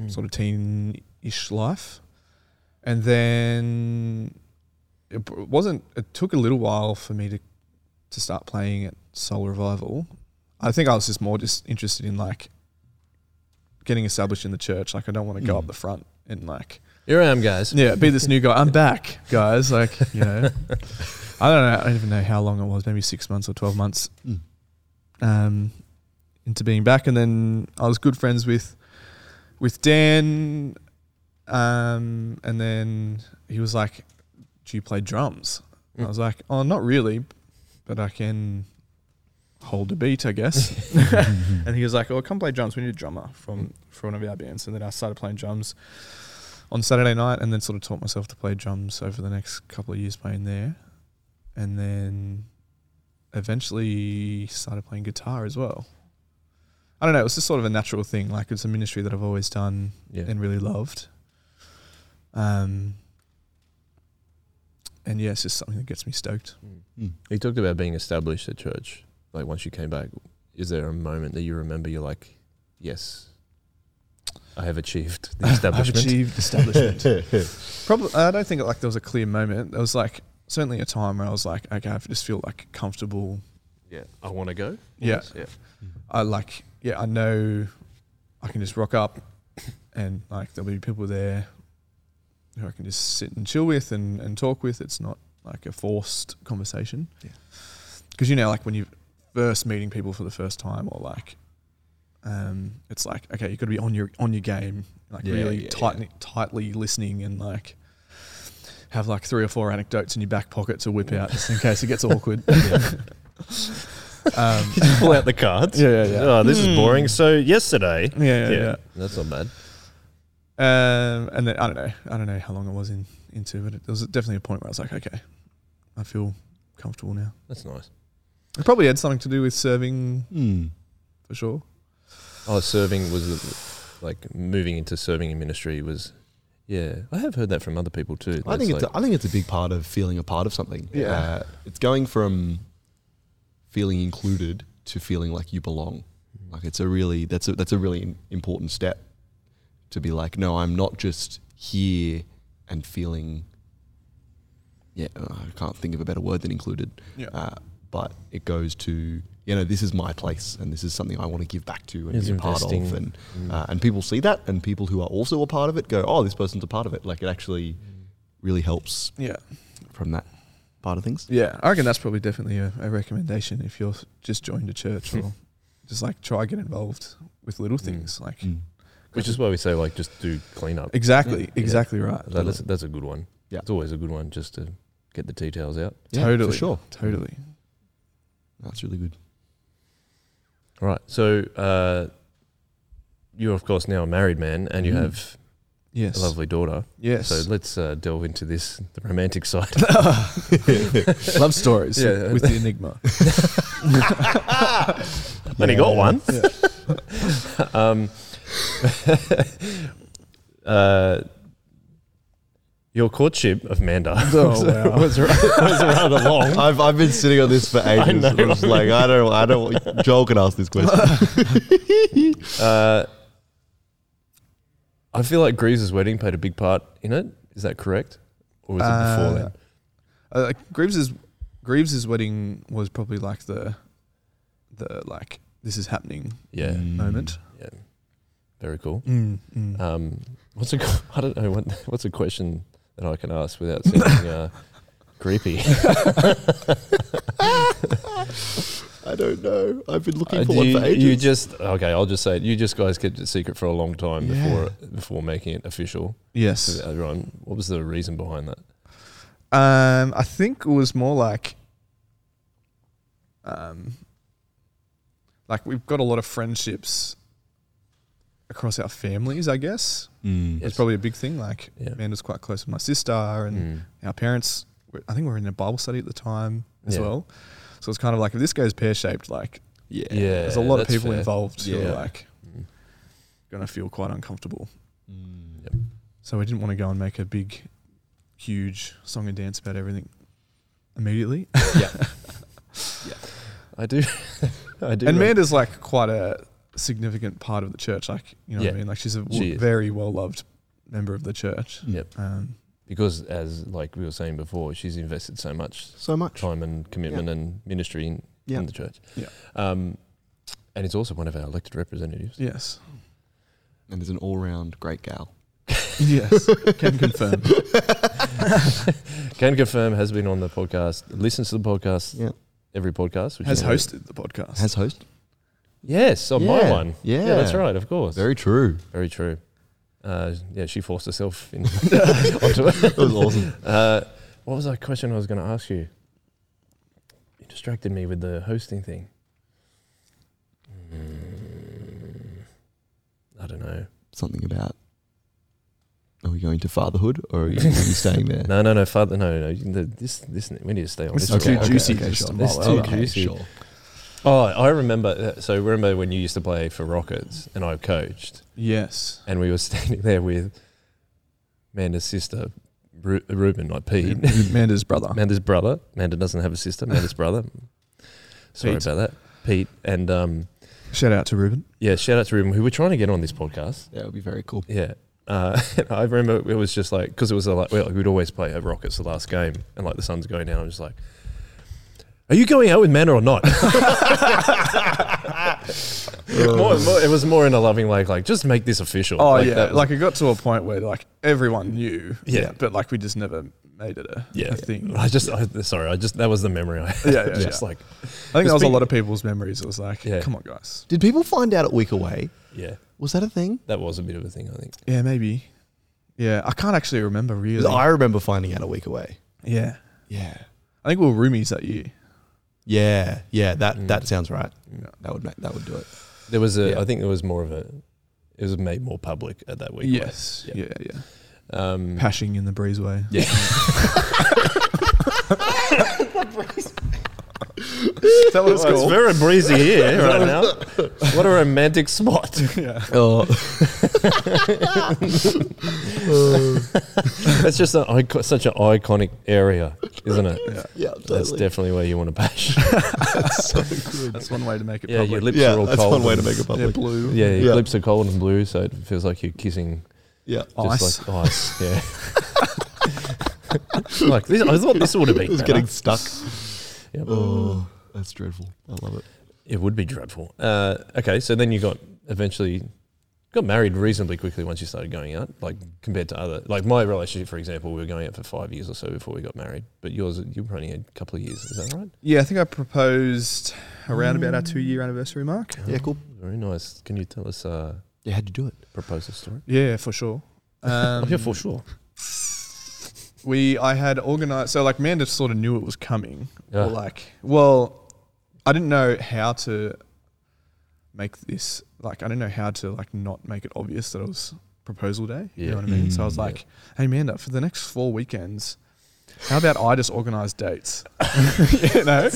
S1: Mm.
S3: sort of teen-ish life, and then it b- wasn't. It took a little while for me to to start playing at Soul Revival. I think I was just more just interested in like getting established in the church. Like I don't want to go
S2: Mm.
S1: Hmm.
S3: up the front and like
S1: Here I am, guys.
S3: yeah, be this new guy. I'm back, guys. Like, you know, I don't know. I don't even know how long it was. Maybe six months or twelve months
S2: Mm.
S3: um, into being back, and then I was good friends with with Dan, um, and then he was like, "Do you play drums?"
S1: Mm.
S3: And I was like, "Oh, not really, but I can." Hold a beat, I guess.
S2: Mm.
S3: and he was like, "Oh, come play drums. We need a drummer
S1: Mm.
S3: from for one of our bands." And then I started playing drums on Saturday night, and then sort of taught myself to play drums over the next couple of years playing there, and then eventually started playing guitar as well. I don't know. It was just sort of a natural thing. Like it's a ministry that I've always done
S1: Yeah.
S3: and really loved. Um, and yeah, it's just something that gets me stoked.
S2: Mm.
S1: You talked about being established at church. Like once you came back, is there a moment that you remember? You're like, yes, I have achieved the establishment.
S3: I've achieved establishment. Probably, uh, I don't think like there was a clear moment. There was like certainly a time where I was like, okay, I just feel like comfortable
S1: Yeah, I want to go.
S3: Yeah.
S1: yeah.
S3: I like, yeah, I know I can just rock up and like there'll be people there who I can just sit and chill with and, and talk with. It's not like a forced conversation.
S2: Yeah.
S3: Because, you know, like when you're first meeting people for the first time or like, um, it's like, okay, you've got to be on your, on your game, like
S2: Yeah,
S3: really
S2: yeah,
S3: tight, tightly listening and like, have like three or four anecdotes in your back pocket to whip out just in case it gets awkward. um,
S1: You just pull out the cards.
S3: Yeah, yeah, yeah.
S1: Oh, this is boring. So yesterday.
S3: yeah, yeah, yeah.
S1: That's not bad.
S3: Um, and then I don't know. I don't know how long I was in into, but it, there was definitely a point where I was like, okay, I feel comfortable now.
S1: That's nice.
S3: It probably had something to do with serving
S2: Mm.
S3: for sure.
S1: Oh, serving was the, like moving into serving in ministry was. Yeah, I have heard that from other people too.
S2: I think
S1: That's
S2: it's a, I think it's a big part of feeling a part of something.
S3: Yeah.
S2: Uh, it's going from feeling included to feeling like you belong.
S1: mm.
S2: Like it's a really that's a that's a really im- important step to be like, no, I'm not just here and feeling. Yeah, uh, I can't think of a better word than included.
S3: Yeah.
S2: Uh, but it goes to you know this is my place and this is something I want to give back to and
S1: It's
S2: be a part of
S1: investing.
S2: and uh, and people see that and people who are also a part of it go oh this person's a part of it like it actually really helps
S3: Yeah,
S2: from that part of things.
S3: yeah. I reckon that's probably definitely a, a recommendation if you're just joined a church or just like try get involved with little
S1: Mm.
S3: things. Like
S1: which is why we say like just do cleanup.
S3: exactly,
S1: Yeah.
S3: exactly right.
S1: That- that's, that's a good one.
S2: Yeah.
S1: it's always a good one just to get the details out.
S2: Yeah,
S3: Totally.
S2: for sure.
S3: Totally.
S2: That's really good.
S1: All right, so uh, you're of course now a married man and you
S2: Mm.
S1: have
S3: Yes.
S1: a lovely daughter.
S3: Yes.
S1: So let's uh, delve into this the romantic side.
S3: Love stories
S1: Yeah.
S3: with the enigma.
S1: Only got one. um, Uh, your courtship of Manda was,
S3: Oh, wow.
S1: was ra- was rather long.
S2: I've, I've been sitting on this for ages. I
S1: know.
S2: was like, I don't, I don't. Joel can ask this question.
S1: Uh, I feel like Greaves' wedding played a big part in it. Is that correct? Or was it
S3: Uh,
S1: before then?
S3: Uh, like, Greaves's Greaves's wedding was probably like the the like this is happening
S1: Yeah.
S3: moment.
S1: Yeah. Very cool.
S3: Mm, mm.
S1: Um, what's a qu- I don't know what, what's a question that I can ask without sounding uh, creepy.
S2: I don't know. I've been looking
S1: Uh,
S2: for
S1: do
S2: one
S1: you,
S2: for ages.
S1: you just okay. I'll just say it. you just guys kept it secret for a long time
S3: Yeah.
S1: before before making it official.
S3: yes.
S1: So everyone, what was the reason behind that?
S3: Um, I think it was more like, um, like we've got a lot of friendships across our families. I guess
S2: Mm.
S3: it's probably a big thing. Like
S1: Yeah.
S3: Amanda's quite close with my sister, and
S1: Mm.
S3: our parents. were- I think we were in a Bible study at the time as
S1: Yeah.
S3: well. So it's kind of like if this goes pear shaped, like
S2: Yeah.
S1: Yeah,
S3: there's a lot of
S1: that's
S3: people
S1: fair.
S3: involved who
S2: Yeah.
S3: are like
S1: Mm.
S3: gonna feel quite uncomfortable.
S2: Mm.
S1: Yep.
S3: So we didn't want to go and make a big, huge song and dance about everything immediately.
S1: I do. I do.
S3: and
S1: re-
S3: Amanda's like quite a significant part of the church. Like, you know what
S1: Yeah.
S3: I mean? Like, she's a
S1: She
S3: w-
S1: is.
S3: very well loved member of the church.
S1: Yep.
S3: Um,
S1: because as like we were saying before, she's invested so much
S2: So much.
S1: time and commitment and ministry in,
S2: Yeah.
S1: in the church.
S3: Yeah.
S1: Um, and it's also one of our elected representatives.
S3: yes.
S2: And is an all-round great gal.
S3: Yes. Can confirm.
S1: Can confirm has been on the podcast, listens to the podcast,
S2: Yeah.
S1: every podcast. Which
S3: Has
S1: is another-
S3: hosted the podcast.
S2: Has host.
S1: Yes, on Oh, my
S2: Yeah.
S1: one.
S2: Yeah.
S1: yeah, that's right. Of course.
S2: Very true.
S1: Very true. Uh, yeah, she forced herself in, onto it.
S2: That was awesome.
S1: Uh, what was that question I was going to ask you? You distracted me with the hosting thing. Mm, I don't know.
S2: Something about. Are we going to fatherhood, or are you, are you staying there?
S1: No, no, no, father. No, no, no. you- the- This, this. We need to stay on
S3: This
S1: this.
S3: is too
S1: route.
S3: juicy.
S2: Okay,
S3: just
S2: sure.
S3: to
S1: This
S3: mull
S1: too
S3: over.
S1: juicy.
S2: sure.
S1: Oh, I remember. uh, So remember when you used to play for Rockets and I coached,
S3: Yes.
S1: and we were standing there with Amanda's sister, Ru- Ruben, like Pete,
S3: Amanda's brother.
S1: Amanda's brother. Amanda doesn't have a sister. Amanda's brother. Sorry
S3: Pete.
S1: about that, Pete. And um,
S3: Shout out to Ruben.
S1: yeah, shout out to Ruben, who we're trying to get on this podcast.
S2: That would be very cool.
S1: Yeah. Uh, I remember it was just like because it was like well, we'd always play at Rockets the last game, and like the sun's going down. I'm just like, are you going out with Manor or not? more, more, it was more in a loving way, like just make this official.
S3: Oh, yeah.
S1: that was-
S3: like, it got to a point where, like, everyone knew.
S1: Yeah.
S3: But, like, we just never made it a,
S1: yeah.
S3: a thing.
S1: I just I, sorry, I just that was the memory. I had.
S3: Yeah, yeah,
S1: just
S3: yeah.
S1: like
S3: I think that was a
S1: Speak-
S3: lot of people's memories. It was like,
S1: Yeah.
S3: come on, guys.
S2: Did people find out at Week Away?
S1: yeah,
S2: Was that a thing?
S1: that was a bit of a thing. I think
S3: Yeah, maybe. Yeah, I can't actually remember really.
S2: I remember finding out a week away.
S3: yeah,
S2: Yeah.
S3: I think we were roomies that year.
S2: Yeah. Yeah. That
S1: Mm.
S2: that sounds right.
S1: Yeah.
S2: That would make, that would do it.
S1: there was a. I
S2: Yeah.
S1: think there was more of a. It was made more public at that week.
S3: yes, yeah, yeah,
S1: Um,
S3: Pashing in the breezeway.
S2: Yeah.
S3: Is that what it's
S1: Well, it's
S3: called?
S1: very breezy here right now. What a romantic spot.
S3: yeah.
S2: Oh.
S1: That's just an ico- such an iconic area, isn't it?
S3: yeah,
S2: yeah.
S1: That's definitely where you want to bash.
S3: that's one way to make it.
S1: yeah, your
S3: public.
S1: lips
S2: yeah.
S1: are all
S2: That's
S1: cold.
S2: one way to
S1: and-
S2: make it
S3: yeah,
S2: public.
S3: blue.
S1: Yeah, your
S2: Yeah.
S1: lips are cold and blue, so it feels like you're kissing
S2: Yeah.
S1: just like ice. Yeah. like this, I thought this would have been.
S2: It's
S1: better.
S2: getting stuck.
S1: Yep.
S2: Oh, that's dreadful. I love it.
S1: It would be dreadful. Uh, okay, so then you got eventually got married reasonably quickly once you started going out, like compared to other like my relationship, for example, we were going out for five years or so before we got married. But yours you were only a couple of years, is that right?
S3: Yeah, I think I proposed around about our two-year anniversary
S1: Mm.
S3: mark.
S2: Yeah, cool.
S1: Very nice. Can you tell us uh
S2: Yeah, how'd you do it?
S1: proposal story?
S3: Yeah, for sure. Um,
S1: yeah, for sure.
S3: We, I had organized. So like, Manda sort of knew it was coming.
S1: Yeah.
S3: Or like, well, I didn't know how to make this. Like, I didn't know how to like not make it obvious that it was proposal day. You
S1: Yeah.
S3: know what I mean? so I was
S2: Mm, yeah.
S3: like, hey, Amanda, for the next four weekends. How about I just organise dates? you know,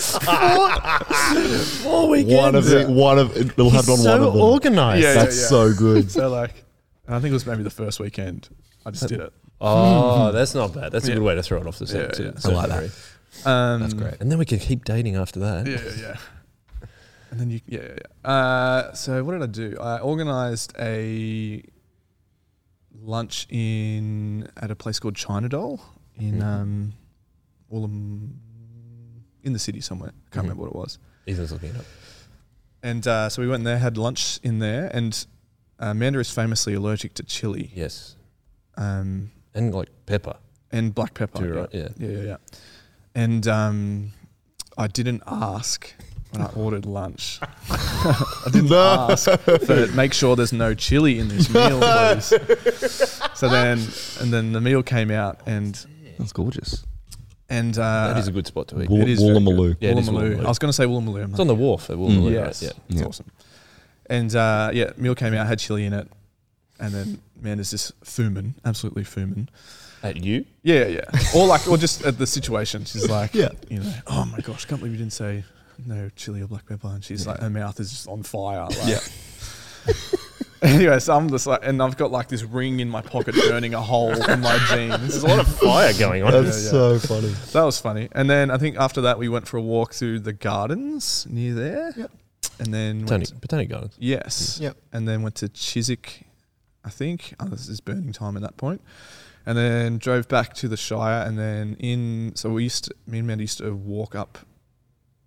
S1: Four weekends.
S2: Oh, One of it. One of it. It'll happen on
S1: so
S2: one of them.
S1: organized.
S3: Yeah,
S2: That's
S3: yeah.
S2: so good.
S3: so like, And I think it was maybe the first weekend. I just did it.
S1: Oh, that's not bad. That's a
S3: Mm. Yeah.
S1: good way to throw it off the set
S3: Yeah,
S1: too.
S3: yeah. I
S1: Set
S2: like that.
S1: theory.
S3: Um,
S2: That's great.
S1: And then we could keep dating after that.
S3: Yeah, yeah, yeah. And then you, yeah, yeah. yeah. Uh, so what did I do? I organised a lunch in at a place called China Doll in
S1: Mhm.
S3: um, Wollum, in the city somewhere. I can't
S1: Mhm.
S3: remember what it was.
S1: Ethan's looking it up.
S3: And uh, so we went there, had lunch in there, and uh, Amanda is famously allergic to chili
S1: Yes.
S3: um,
S1: And like pepper
S3: and black pepper.
S1: too, right? Yeah.
S3: Yeah, yeah, yeah. And um, I didn't ask when I ordered lunch. I didn't
S2: No.
S3: ask for make sure there's no chili in this meal, please. so then, and then the meal came out, and
S2: That's gorgeous.
S3: and uh,
S1: that is a good spot to eat.
S2: Wool-
S3: it is very good.
S2: Woolloomooloo.
S1: Yeah, it is
S3: Woolloomooloo.
S1: Woolloomooloo.
S3: I was going to say Woolloomooloo. I'm
S1: It's
S3: like,
S1: on the wharf at
S2: Mm.
S1: Wolloomooloo,
S3: yes,
S1: right?
S3: it's
S2: Yeah.
S3: awesome. And uh, yeah, meal came out had chili in it, and then man, is this fuming, absolutely fuming.
S1: Yeah. At you?
S3: Yeah, yeah. Or like, or just at the situation. She's like,
S2: Yeah.
S3: you know, oh my gosh, can't believe you didn't say no chili or black pepper. And she's like, her mouth is just on fire. Like.
S2: Yeah.
S3: anyway, so I'm just like, and I've got like this ring in my pocket burning a hole in my jeans.
S1: There's a lot of fire going on.
S2: That's
S3: Yeah,
S2: so
S3: yeah.
S2: funny.
S3: That was funny. And then I think after that, we went for a walk through the gardens near there.
S2: Yep.
S3: And then went
S1: Botanic, Botanic Gardens.
S3: Yes.
S2: Yep.
S3: And then went to Chiswick, I think. Oh, this is burning time at that point. And then drove back to the Shire, and then in. So we used to, me and Mandy used to walk up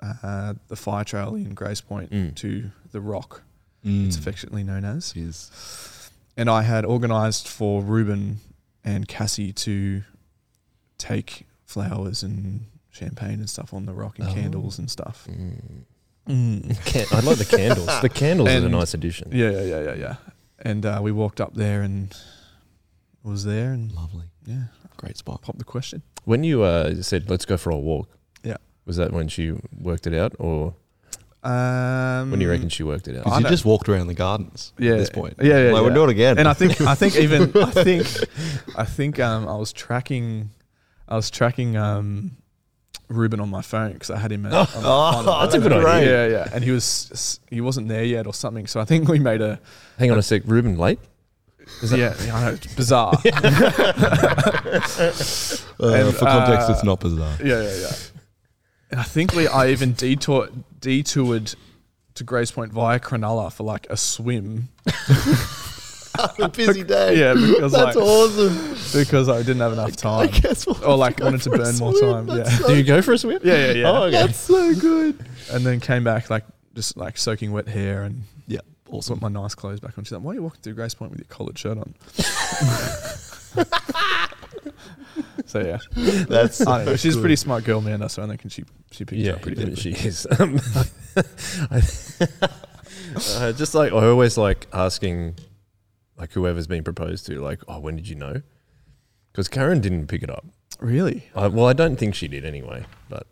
S3: uh, the fire trail in Grace Point
S1: Mm.
S3: to the Rock.
S2: Mm.
S3: It's affectionately known as.
S2: Jeez.
S3: And I had organised for Ruben and Cassie to take flowers and champagne and stuff on the Rock and
S1: Oh.
S3: candles and stuff.
S1: Mm.
S3: Mm.
S1: Can- I like the candles. The candles are a
S3: And-
S1: nice addition.
S3: Yeah, yeah, yeah, yeah, yeah. And uh, we walked up there and was there and
S2: Lovely.
S3: yeah,
S2: Great spot.
S3: popped the question.
S1: When you uh, said, let's go for a walk.
S3: Yeah.
S1: Was that when she worked it out or
S3: Um,
S1: when do you reckon she worked it out?
S3: I
S2: Because you
S3: don't-
S2: just walked around the gardens
S3: Yeah.
S2: at this point.
S3: Yeah, yeah,
S2: Like, we'll
S3: yeah.
S2: do it again.
S3: And I think I think even I think I think um, I was tracking I was tracking um, Ruben on my phone because I had him. At, on the- on the-
S1: that's a good idea.
S3: Yeah, yeah, and he was s- he wasn't there yet or something. So I think we made a
S1: Hang on a sec. Ruben late?
S3: yeah, I know, it's bizarre. yeah,
S2: Uh,
S3: and,
S2: for context,
S3: uh,
S2: it's not bizarre.
S3: yeah, yeah. And I think we I even detour detoured to Grace Point via Cronulla for like a swim.
S2: a busy day.
S3: Yeah, because like
S2: awesome.
S3: because I didn't have enough time.
S2: guess what?
S3: or like wanted to burn more time. Yeah.
S1: Do you go for a swim?
S3: yeah, yeah, yeah.
S1: Oh, okay.
S2: so good.
S3: And then came back like just like soaking wet hair and
S2: Yeah,
S3: put
S2: awesome.
S3: my nice clothes back on. She's like, "Why are you walking through Grace Point with your collared shirt on?" so yeah,
S2: That's
S3: I don't know. She's a pretty smart girl, man. That's why I think she she picked
S1: Yeah,
S3: up pretty good.
S1: she is. Um, I, uh, just like I always like asking, like whoever's been proposed to, like, oh, when did you know? Because Karen didn't pick it up.
S3: Really?
S1: I, well, I don't think she did anyway, but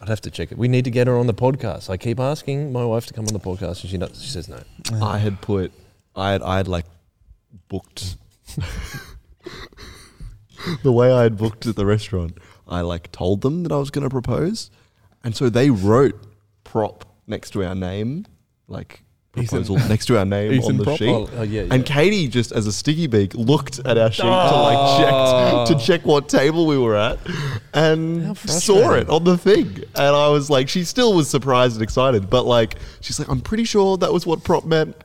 S1: I'd have to check it. We need to get her on the podcast. I keep asking my wife to come on the podcast, and she does, she says no.
S2: I had put, I had, I had like booked the way I had booked at the restaurant. I like told them that I was going to propose, and so they wrote prop next to our name, like
S3: Ethan-
S2: proposal next to our name
S3: Ethan
S2: on the
S3: prop?
S2: sheet.
S1: Oh, oh, yeah, yeah.
S2: And Katie just as a sticky beak looked at our sheet to like check to check what table we were at
S1: Oh. How
S2: and
S1: frustrating.
S2: saw it on the thing. And I was like, she still was surprised and excited, but like she's like, I'm pretty sure that was what prop meant.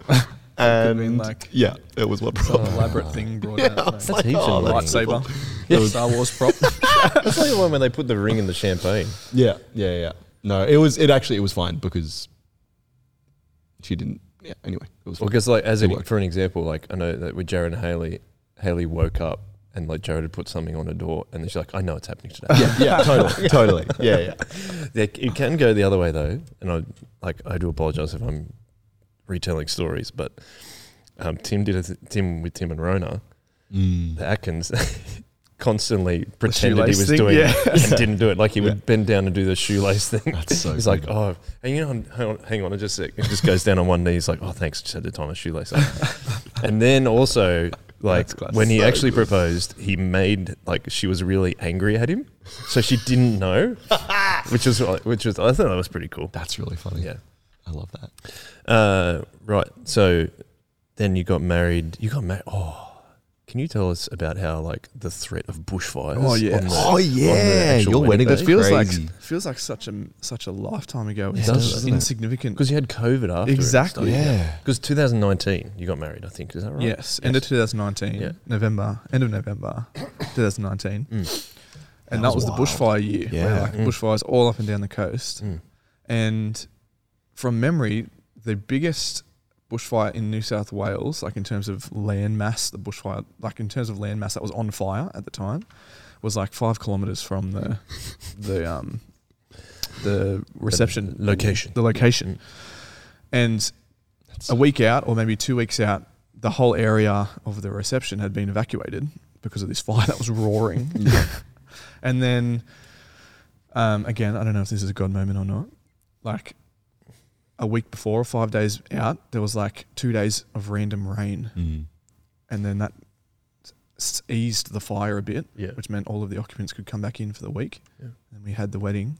S2: And
S3: mean, like-
S2: yeah, it was what
S1: Oh.
S2: prop. meant.
S3: Elaborate thing brought
S2: Yeah, I
S3: out.
S2: was
S3: mate.
S1: That's heaps
S2: oh,
S1: annoying.
S2: that's-
S3: lightsaber,
S1: Yeah.
S3: Star Wars prop.
S1: That's like the one when they put the ring in the champagne.
S2: Yeah, yeah, yeah. No, it was. It actually it was fine because she didn't. Yeah. Anyway, it was.
S1: Well,
S2: Fine.
S1: because like as
S2: It
S1: an,
S2: worked.
S1: for an example, like I know that with Jared and Haley, Haley woke up and like Jared had put something on her door, and then she's like, "I know it's happening today."
S2: Yeah, yeah, totally, totally. Yeah, yeah.
S1: They- it can go the other way though, and I like I do apologize if I'm retelling stories, but um, Tim did a th- Tim with Tim and Rona the Atkins. Constantly pretended he
S3: shoelace
S1: was
S3: thing?
S1: doing
S3: Yeah.
S1: it and didn't do it. Like he would bend down and do the shoelace thing.
S2: That's so
S1: He's like,
S2: good.
S1: oh, and you know, hang on, hang on, I just a sec. He just goes down on one knee. He's like, oh, thanks, just had to tie my shoelace up. and then also, like
S3: That's class.
S1: when he
S2: So
S1: actually
S2: good.
S1: proposed, he made like she was really angry at him, so she didn't know,
S2: oh,
S1: which was which was I thought that was pretty cool.
S2: That's really funny.
S1: Yeah.
S2: I love that.
S1: Uh, right. So then you got married. You got married. Oh, can you tell us about how like the threat of bushfires?
S3: Oh, yeah.
S1: on the-
S2: Oh yeah,
S1: actual
S2: your
S1: wedding
S2: wedding.
S1: day.
S2: That's
S1: It
S3: feels
S2: crazy.
S3: like feels like such a such a lifetime ago.
S1: It
S3: It's
S1: does,
S3: just
S1: doesn't it?
S3: insignificant.
S1: Because you had COVID after.
S3: Exactly,
S2: Oh, yeah.
S1: Because 2019, you got married, I think. Is that right?
S3: Yes, end of 2019,
S1: Yeah.
S3: November, end of November, 2019,
S1: Mm.
S3: and
S2: That
S3: that
S2: was
S3: was, the bushfire year. where,
S2: Yeah.
S3: like
S1: Mm.
S3: bushfires all up and down the coast.
S1: Mm.
S3: And from memory, the biggest bushfire in New South Wales, like in terms of land mass, the bushfire, like in terms of land mass that was on fire at the time, was like five kilometers from the the um the reception
S1: location.
S3: the location, and a week out or maybe two weeks out, the whole area of the reception had been evacuated because of this fire that was roaring. and then, um, again, I don't know if this is a God moment or not. Like a week before, or five days out, there was like two days of random rain,
S2: Mm.
S3: and then that s- eased the fire a bit,
S1: Yeah.
S3: which meant all of the occupants could come back in for the week.
S1: Yeah.
S3: And we had the wedding,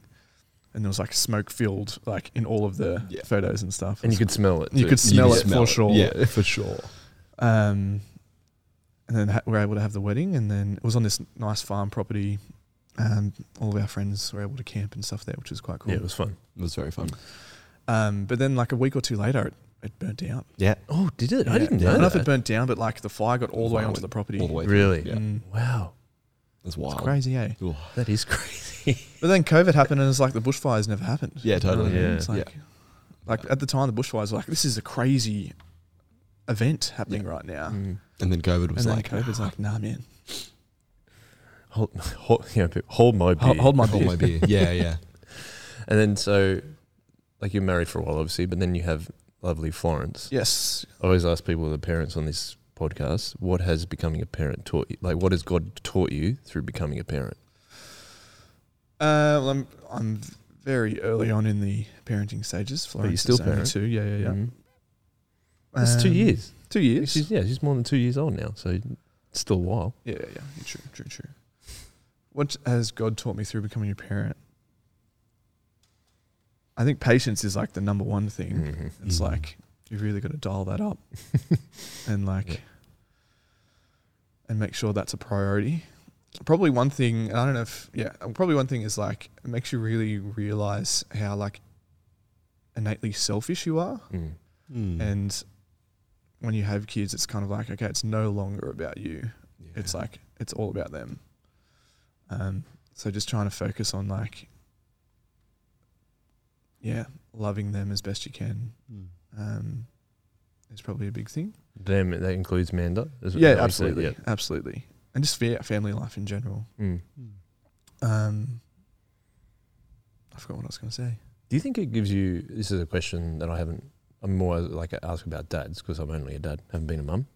S3: and there was like smoke filled, like in all of the
S2: Yeah.
S3: photos and stuff.
S1: And you could smell it.
S3: You
S1: too.
S3: could
S2: You
S3: smell
S2: can
S3: it for sure.
S2: Yeah, for sure.
S3: Um, and then ha- we were able to have the wedding, and then it was on this nice farm property. Um, all of our friends were able to camp and stuff there, which was quite cool.
S1: Yeah, it was fun.
S2: It was very fun.
S3: Um, but then, like a week or two later, it, it burnt down.
S2: Yeah,
S1: Oh, did it? I
S2: Yeah.
S1: didn't
S2: Yeah.
S1: know.
S3: I don't know if
S1: that.
S3: it burnt down, but like the fire got all the way
S2: Fire
S3: onto the
S2: went
S3: property.
S2: all the way. through.
S1: Really?
S2: Yeah,
S3: Mm,
S1: Wow.
S2: that's wild.
S3: it's crazy, eh?
S2: Ooh.
S1: That is crazy.
S3: But then COVID happened, and it's like the bushfires never happened.
S2: Yeah,
S3: You know what I
S2: totally.
S3: mean?
S1: Yeah.
S3: It's like, like at the time, the bushfires were like this is a crazy event happening right now,
S1: Mm.
S2: And then COVID was
S3: and then
S2: like,
S3: COVID's like, nah, man,
S1: Hold, hold, you know, hold my beer.
S3: hold, hold my
S2: "Ah, hold
S3: beer.
S2: my beer. Yeah, yeah.
S1: And then so, like you're married for a while, obviously, but then you have lovely Florence.
S3: Yes,
S1: I always ask people, the parents on this podcast, what has becoming a parent taught you? Like, what has God taught you through becoming a parent?
S3: Uh, well, I'm I'm very early on in the parenting stages. Florence
S1: still
S3: is only
S1: parent?
S3: two, yeah, yeah, yeah.
S1: Mhm. It's two
S3: Um,
S1: years.
S3: Two years.
S1: She's, yeah, she's more than two years old now, so it's still a while.
S3: yeah, yeah, yeah. True, true, true. What has God taught me through becoming a parent? I think patience is like the number one thing.
S1: Mhm.
S3: It's
S2: Mhm.
S3: like you really got to dial that up, and like,
S1: Yeah.
S3: and make sure that's a priority. Probably one thing, and I don't know if yeah, uh, probably one thing is like it makes you really realize how like innately selfish you are,
S1: Mm.
S2: Mm.
S3: and when you have kids, it's kind of like okay, it's no longer about you.
S2: Yeah.
S3: It's like it's all about them. Um, so just trying to focus on like, yeah, loving them as best you can
S2: Mm.
S3: um, is probably a big thing.
S1: Them, that includes Manda? Is that what
S3: Yeah,
S1: you said?
S3: absolutely, absolutely, and just fa- family life in general.
S1: Yeah. Mm.
S2: Mm.
S3: Um, I forgot what I was going to say.
S1: Do you think it gives you? This is a question that I haven't. I'm more like I ask about dads because I'm only a dad, haven't been a mum.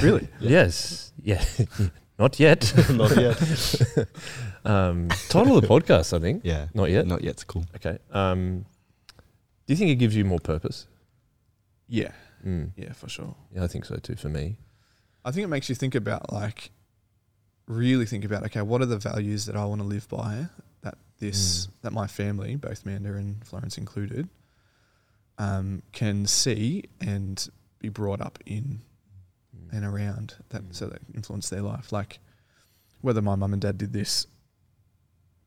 S3: Really?
S1: Yes. Yeah. Not yet.
S2: Not yet.
S1: um, title of the podcast, I think.
S2: Yeah.
S1: Not yet.
S2: Not yet. It's cool.
S1: Okay. Um, do you think it gives you more purpose?
S3: Yeah,
S1: Mm.
S3: yeah, for sure.
S1: Yeah, I think so too. For me,
S3: I think it makes you think about like, really think about okay, what are the values that I want to live by? That this
S1: Mm.
S3: that my family, both Manda and Florence included, um, can see and be brought up in
S1: Mm.
S3: and around that
S1: Mm.
S3: so that influence their life. Like whether my mum and dad did this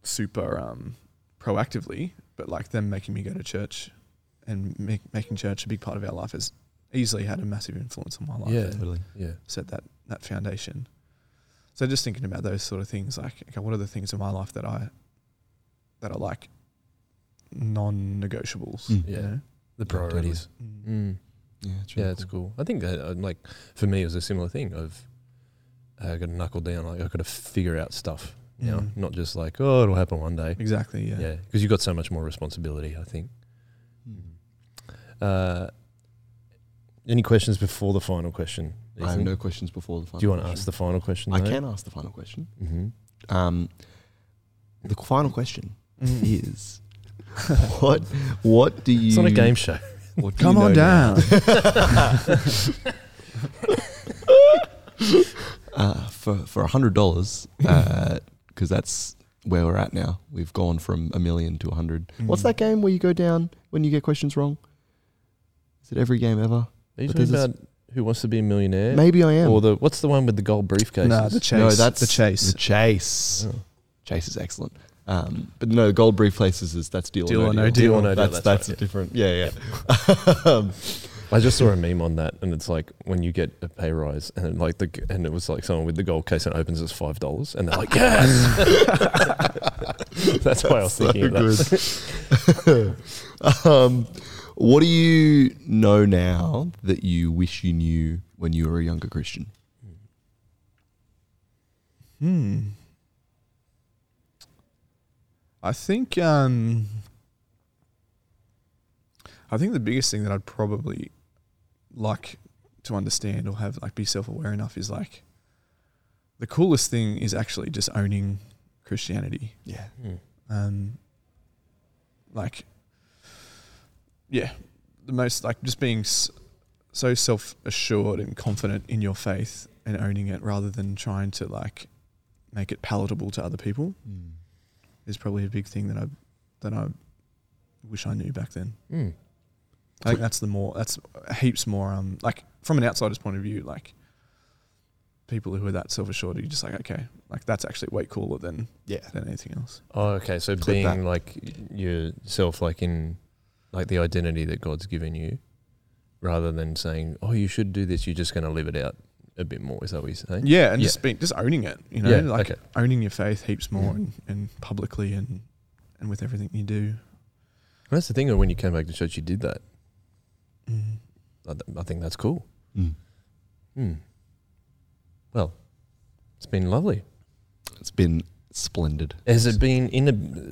S3: super um, proactively, but like them making me go to church and make, making church a big part of our life has easily had a massive influence on my life.
S1: Yeah.
S3: and
S2: Totally.
S1: yeah,
S3: set that that foundation. So just thinking about those sort of things, like okay, what are the things in my life that I that are like non-negotiables?
S2: Mm.
S3: you
S1: Yeah.
S3: know?
S1: the
S2: totally.
S1: priorities.
S3: Mm.
S1: Mm.
S2: Yeah. It's
S1: Hmm. Yeah,
S2: really
S1: it's cool. I think that uh, like for me it was a similar thing. I've uh, got to knuckle down. Like I've got to figure out stuff now,
S3: Mm.
S1: not just like oh it'll happen one day.
S3: Exactly. Yeah.
S1: Yeah, because you've got so much more responsibility. I think.
S2: Mm.
S1: Uh, any questions before the final question?
S2: I have
S1: Ethan?
S2: no questions before the final.
S1: Do you want to ask the final question?
S2: I can ask the final question.
S1: Mm-hmm.
S2: Um, the final question
S3: Mm.
S2: is what what do you
S1: It's not a game show.
S2: what do you
S3: Come on
S2: know now?
S3: down.
S2: uh, for for a hundred dollars because that's where we're at now we've gone from a million to a hundred what's
S3: Mm.
S2: that game where you go down when you get questions wrong is it every game ever
S1: Are you
S2: But
S1: talking
S2: there's
S1: about Who Wants to Be a Millionaire?
S2: Maybe I am.
S1: Or the what's the one with the gold Oh. briefcase?
S3: No, the chase.
S2: No, that's
S3: the chase.
S2: The chase. Chase is excellent. Um, but no, gold briefcases is that's deal,
S3: Deal
S2: or no deal.
S1: Deal or No Deal,
S2: That's
S1: that's right,
S2: that's
S1: yeah.
S2: different. Yeah, yeah. um,
S1: I just saw a meme on that, and it's like when you get a pay rise, and like the and it was like someone with the gold case and opens it's five dollars, and they're like, yes. That's why I was thinking of that.
S2: good. um, what do you know now that you wish you knew when you were a younger Christian?
S3: Hmm. I think um I think the biggest thing that I'd probably like to understand or have like be self-aware enough is like the coolest thing is actually just owning Christianity.
S2: Yeah.
S1: Mm.
S3: Um like yeah, the most like just being s- so self-assured and confident in your faith and owning it rather than trying to like make it palatable to other people
S2: Mm.
S3: is probably a big thing that I that I wish I knew back then.
S1: Mm.
S3: I think that's the more that's heaps more um like from an outsider's point of view, like people who are that self assured, you're just like, okay, like that's actually way cooler than
S2: Yeah.
S3: than anything else.
S1: Oh, okay. So
S2: Clip
S1: being
S2: that.
S1: like yourself, like in like the identity that God's given you, rather than saying, "Oh, you should do this," you're just going to live it out a bit more. Is that what you're saying?
S3: Yeah, and
S1: Yeah.
S3: just being just owning it, you know,
S1: Yeah,
S3: like
S1: okay.
S3: owning your faith heaps more
S1: Mm.
S3: and, and publicly and and with everything you do.
S1: And that's the thing. When you came back to church, you did that.
S3: Mm.
S1: I, th- I think that's cool.
S2: Mm.
S1: Hmm. Well, it's been lovely.
S2: It's been splendid.
S1: Has it been in a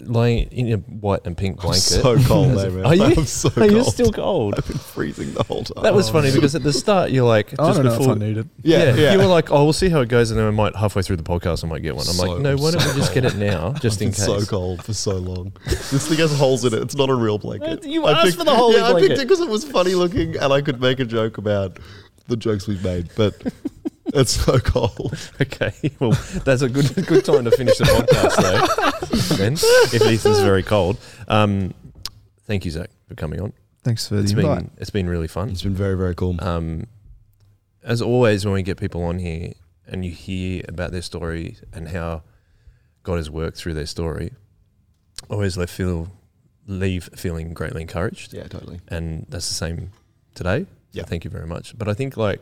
S1: lying in a white and pink
S2: I'm
S1: blanket?
S2: so cold, eh, man.
S1: Are you?
S2: I'm so
S1: Are
S2: cold.
S1: you still cold?
S2: I've been freezing the whole time.
S1: That was
S3: Oh.
S1: funny because at the start you're like
S2: Oh,
S3: I
S1: just
S3: don't know if I
S1: before
S3: need it.
S2: yeah, yeah.
S1: you were like, "Oh, we'll see how it goes," and then I might halfway through the podcast I might get one. I'm
S2: So-
S1: like, "No, why don't
S2: so
S1: we just get it now, just in
S2: It's
S1: case?"
S2: so cold for so long. this thing has holes in it. It's not a real blanket.
S1: Uh, you asked for the hole in
S2: Yeah, I picked
S1: blanket.
S2: it because it was funny looking, and I could make a joke about the jokes we've made. But it's so cold.
S1: Okay, well, that's a good good time to finish the podcast, though. then, if Ethan's very cold, um, thank you, Zach, for coming on.
S3: Thanks for
S1: It's
S3: the invite.
S1: been it's been really fun.
S2: It's been very very cool.
S1: Um, as always, when we get people on here and you hear about their story and how God has worked through their story, always they feel leave feeling greatly encouraged.
S2: Yeah, totally.
S1: and that's the same today.
S2: Yeah.
S1: Thank you very much. But I think like,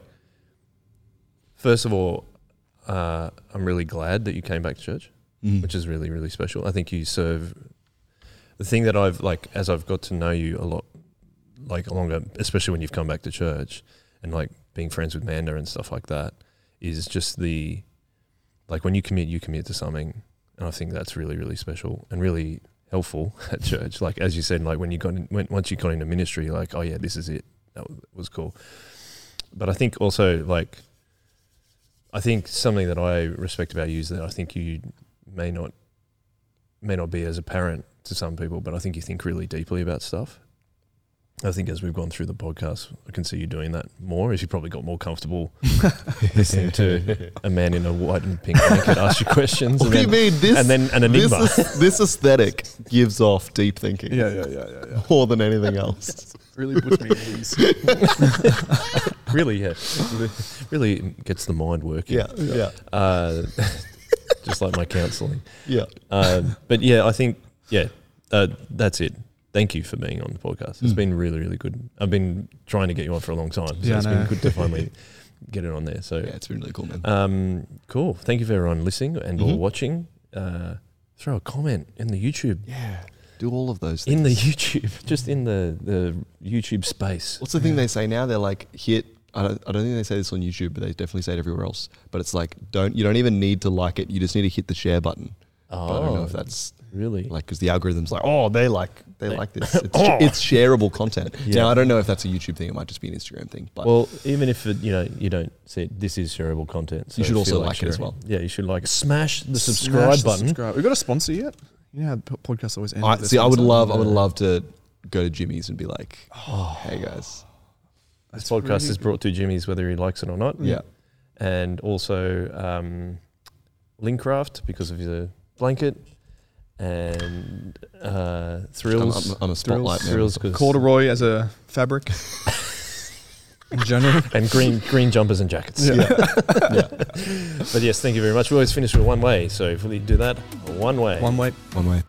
S1: first of all, uh, I'm really glad that you came back to church,
S2: Mm.
S1: which is really really special. I think you serve the thing that I've like as I've got to know you a lot, like longer, especially when you've come back to church and like being friends with Manda and stuff like that, is just the like when you commit, you commit to something, and I think that's really really special and really helpful at church. Like as you said, like when you got in, when, once you got into ministry, like oh yeah, this is it. That wa- was cool. But I think also like I think something that I respect about you is that I think you may not may not be as apparent to some people, but I think you think really deeply about stuff. I think as we've gone through the podcast, I can see you doing that more. As you probably got more comfortable listening to a man in a white and pink blanket ask you questions,
S2: What
S1: and
S2: do you
S1: then,
S2: mean this?
S1: and then an
S2: this,
S1: enigma.
S2: is, this aesthetic gives off deep thinking
S3: Yeah, yeah, yeah, yeah, yeah.
S2: more than anything else.
S3: Really puts me at ease.
S1: really, yeah, really gets the mind working.
S2: yeah, yeah,
S1: uh, just like my counselling.
S2: yeah.
S1: Um, but yeah, I think yeah, uh, that's it. Thank you for being on the podcast.
S2: Mm.
S1: It's been really, really good. I've been trying to get you on for a long time, so
S3: Yeah, I
S1: it's
S3: know.
S1: been good to finally get it on there. So
S2: Yeah, it's been really cool,
S3: Uh,
S2: man.
S1: um, cool. Thank you for everyone listening and
S2: Mhm.
S1: or watching. Uh, throw a comment in the YouTube.
S2: yeah, do all of those things.
S1: In the YouTube, just in the, the YouTube space.
S2: What's the thing they say now? They're like hit. I don't, I don't think they say this on YouTube, but they definitely say it everywhere else. But it's like don't you don't even need to like it. You just need to hit the share button. But I don't know if
S1: Oh.
S2: that's
S1: really
S2: like because the algorithm's like oh they like they like this. It's,
S1: Oh.
S2: it's shareable content.
S1: Yeah.
S2: Now I don't know if that's a YouTube thing. It might just be an Instagram thing. But
S1: Well, even if it, you know you don't see it, this is shareable content. So
S2: You should
S1: feel
S2: also like it as
S1: sharing.
S2: well.
S1: Yeah, you should like it. Smash the
S3: Smash
S1: subscribe
S3: the
S1: button.
S3: subscribe. We've got a sponsor yet. You know how the po- podcast always ends.
S2: I,
S3: with a
S2: see, I would
S3: sponsor?
S2: love I would
S1: Yeah.
S2: love to go to Jimmy's and be like, oh, hey guys,
S1: This
S3: That's
S1: podcast
S3: really
S1: is
S3: good.
S1: brought to Jimmy's whether he likes it or not.
S2: yeah,
S1: And also um, Linkcraft because of his uh, blanket and uh,
S2: I'm,
S1: thrills.
S2: I'm, I'm a spotlight man.
S1: Thrills because
S3: corduroy as a fabric. in general.
S1: and green green jumpers and jackets.
S3: Yeah.
S1: but yes, thank you very much. We always finish with one way, so if we do that, one way.
S3: One way.
S2: One way.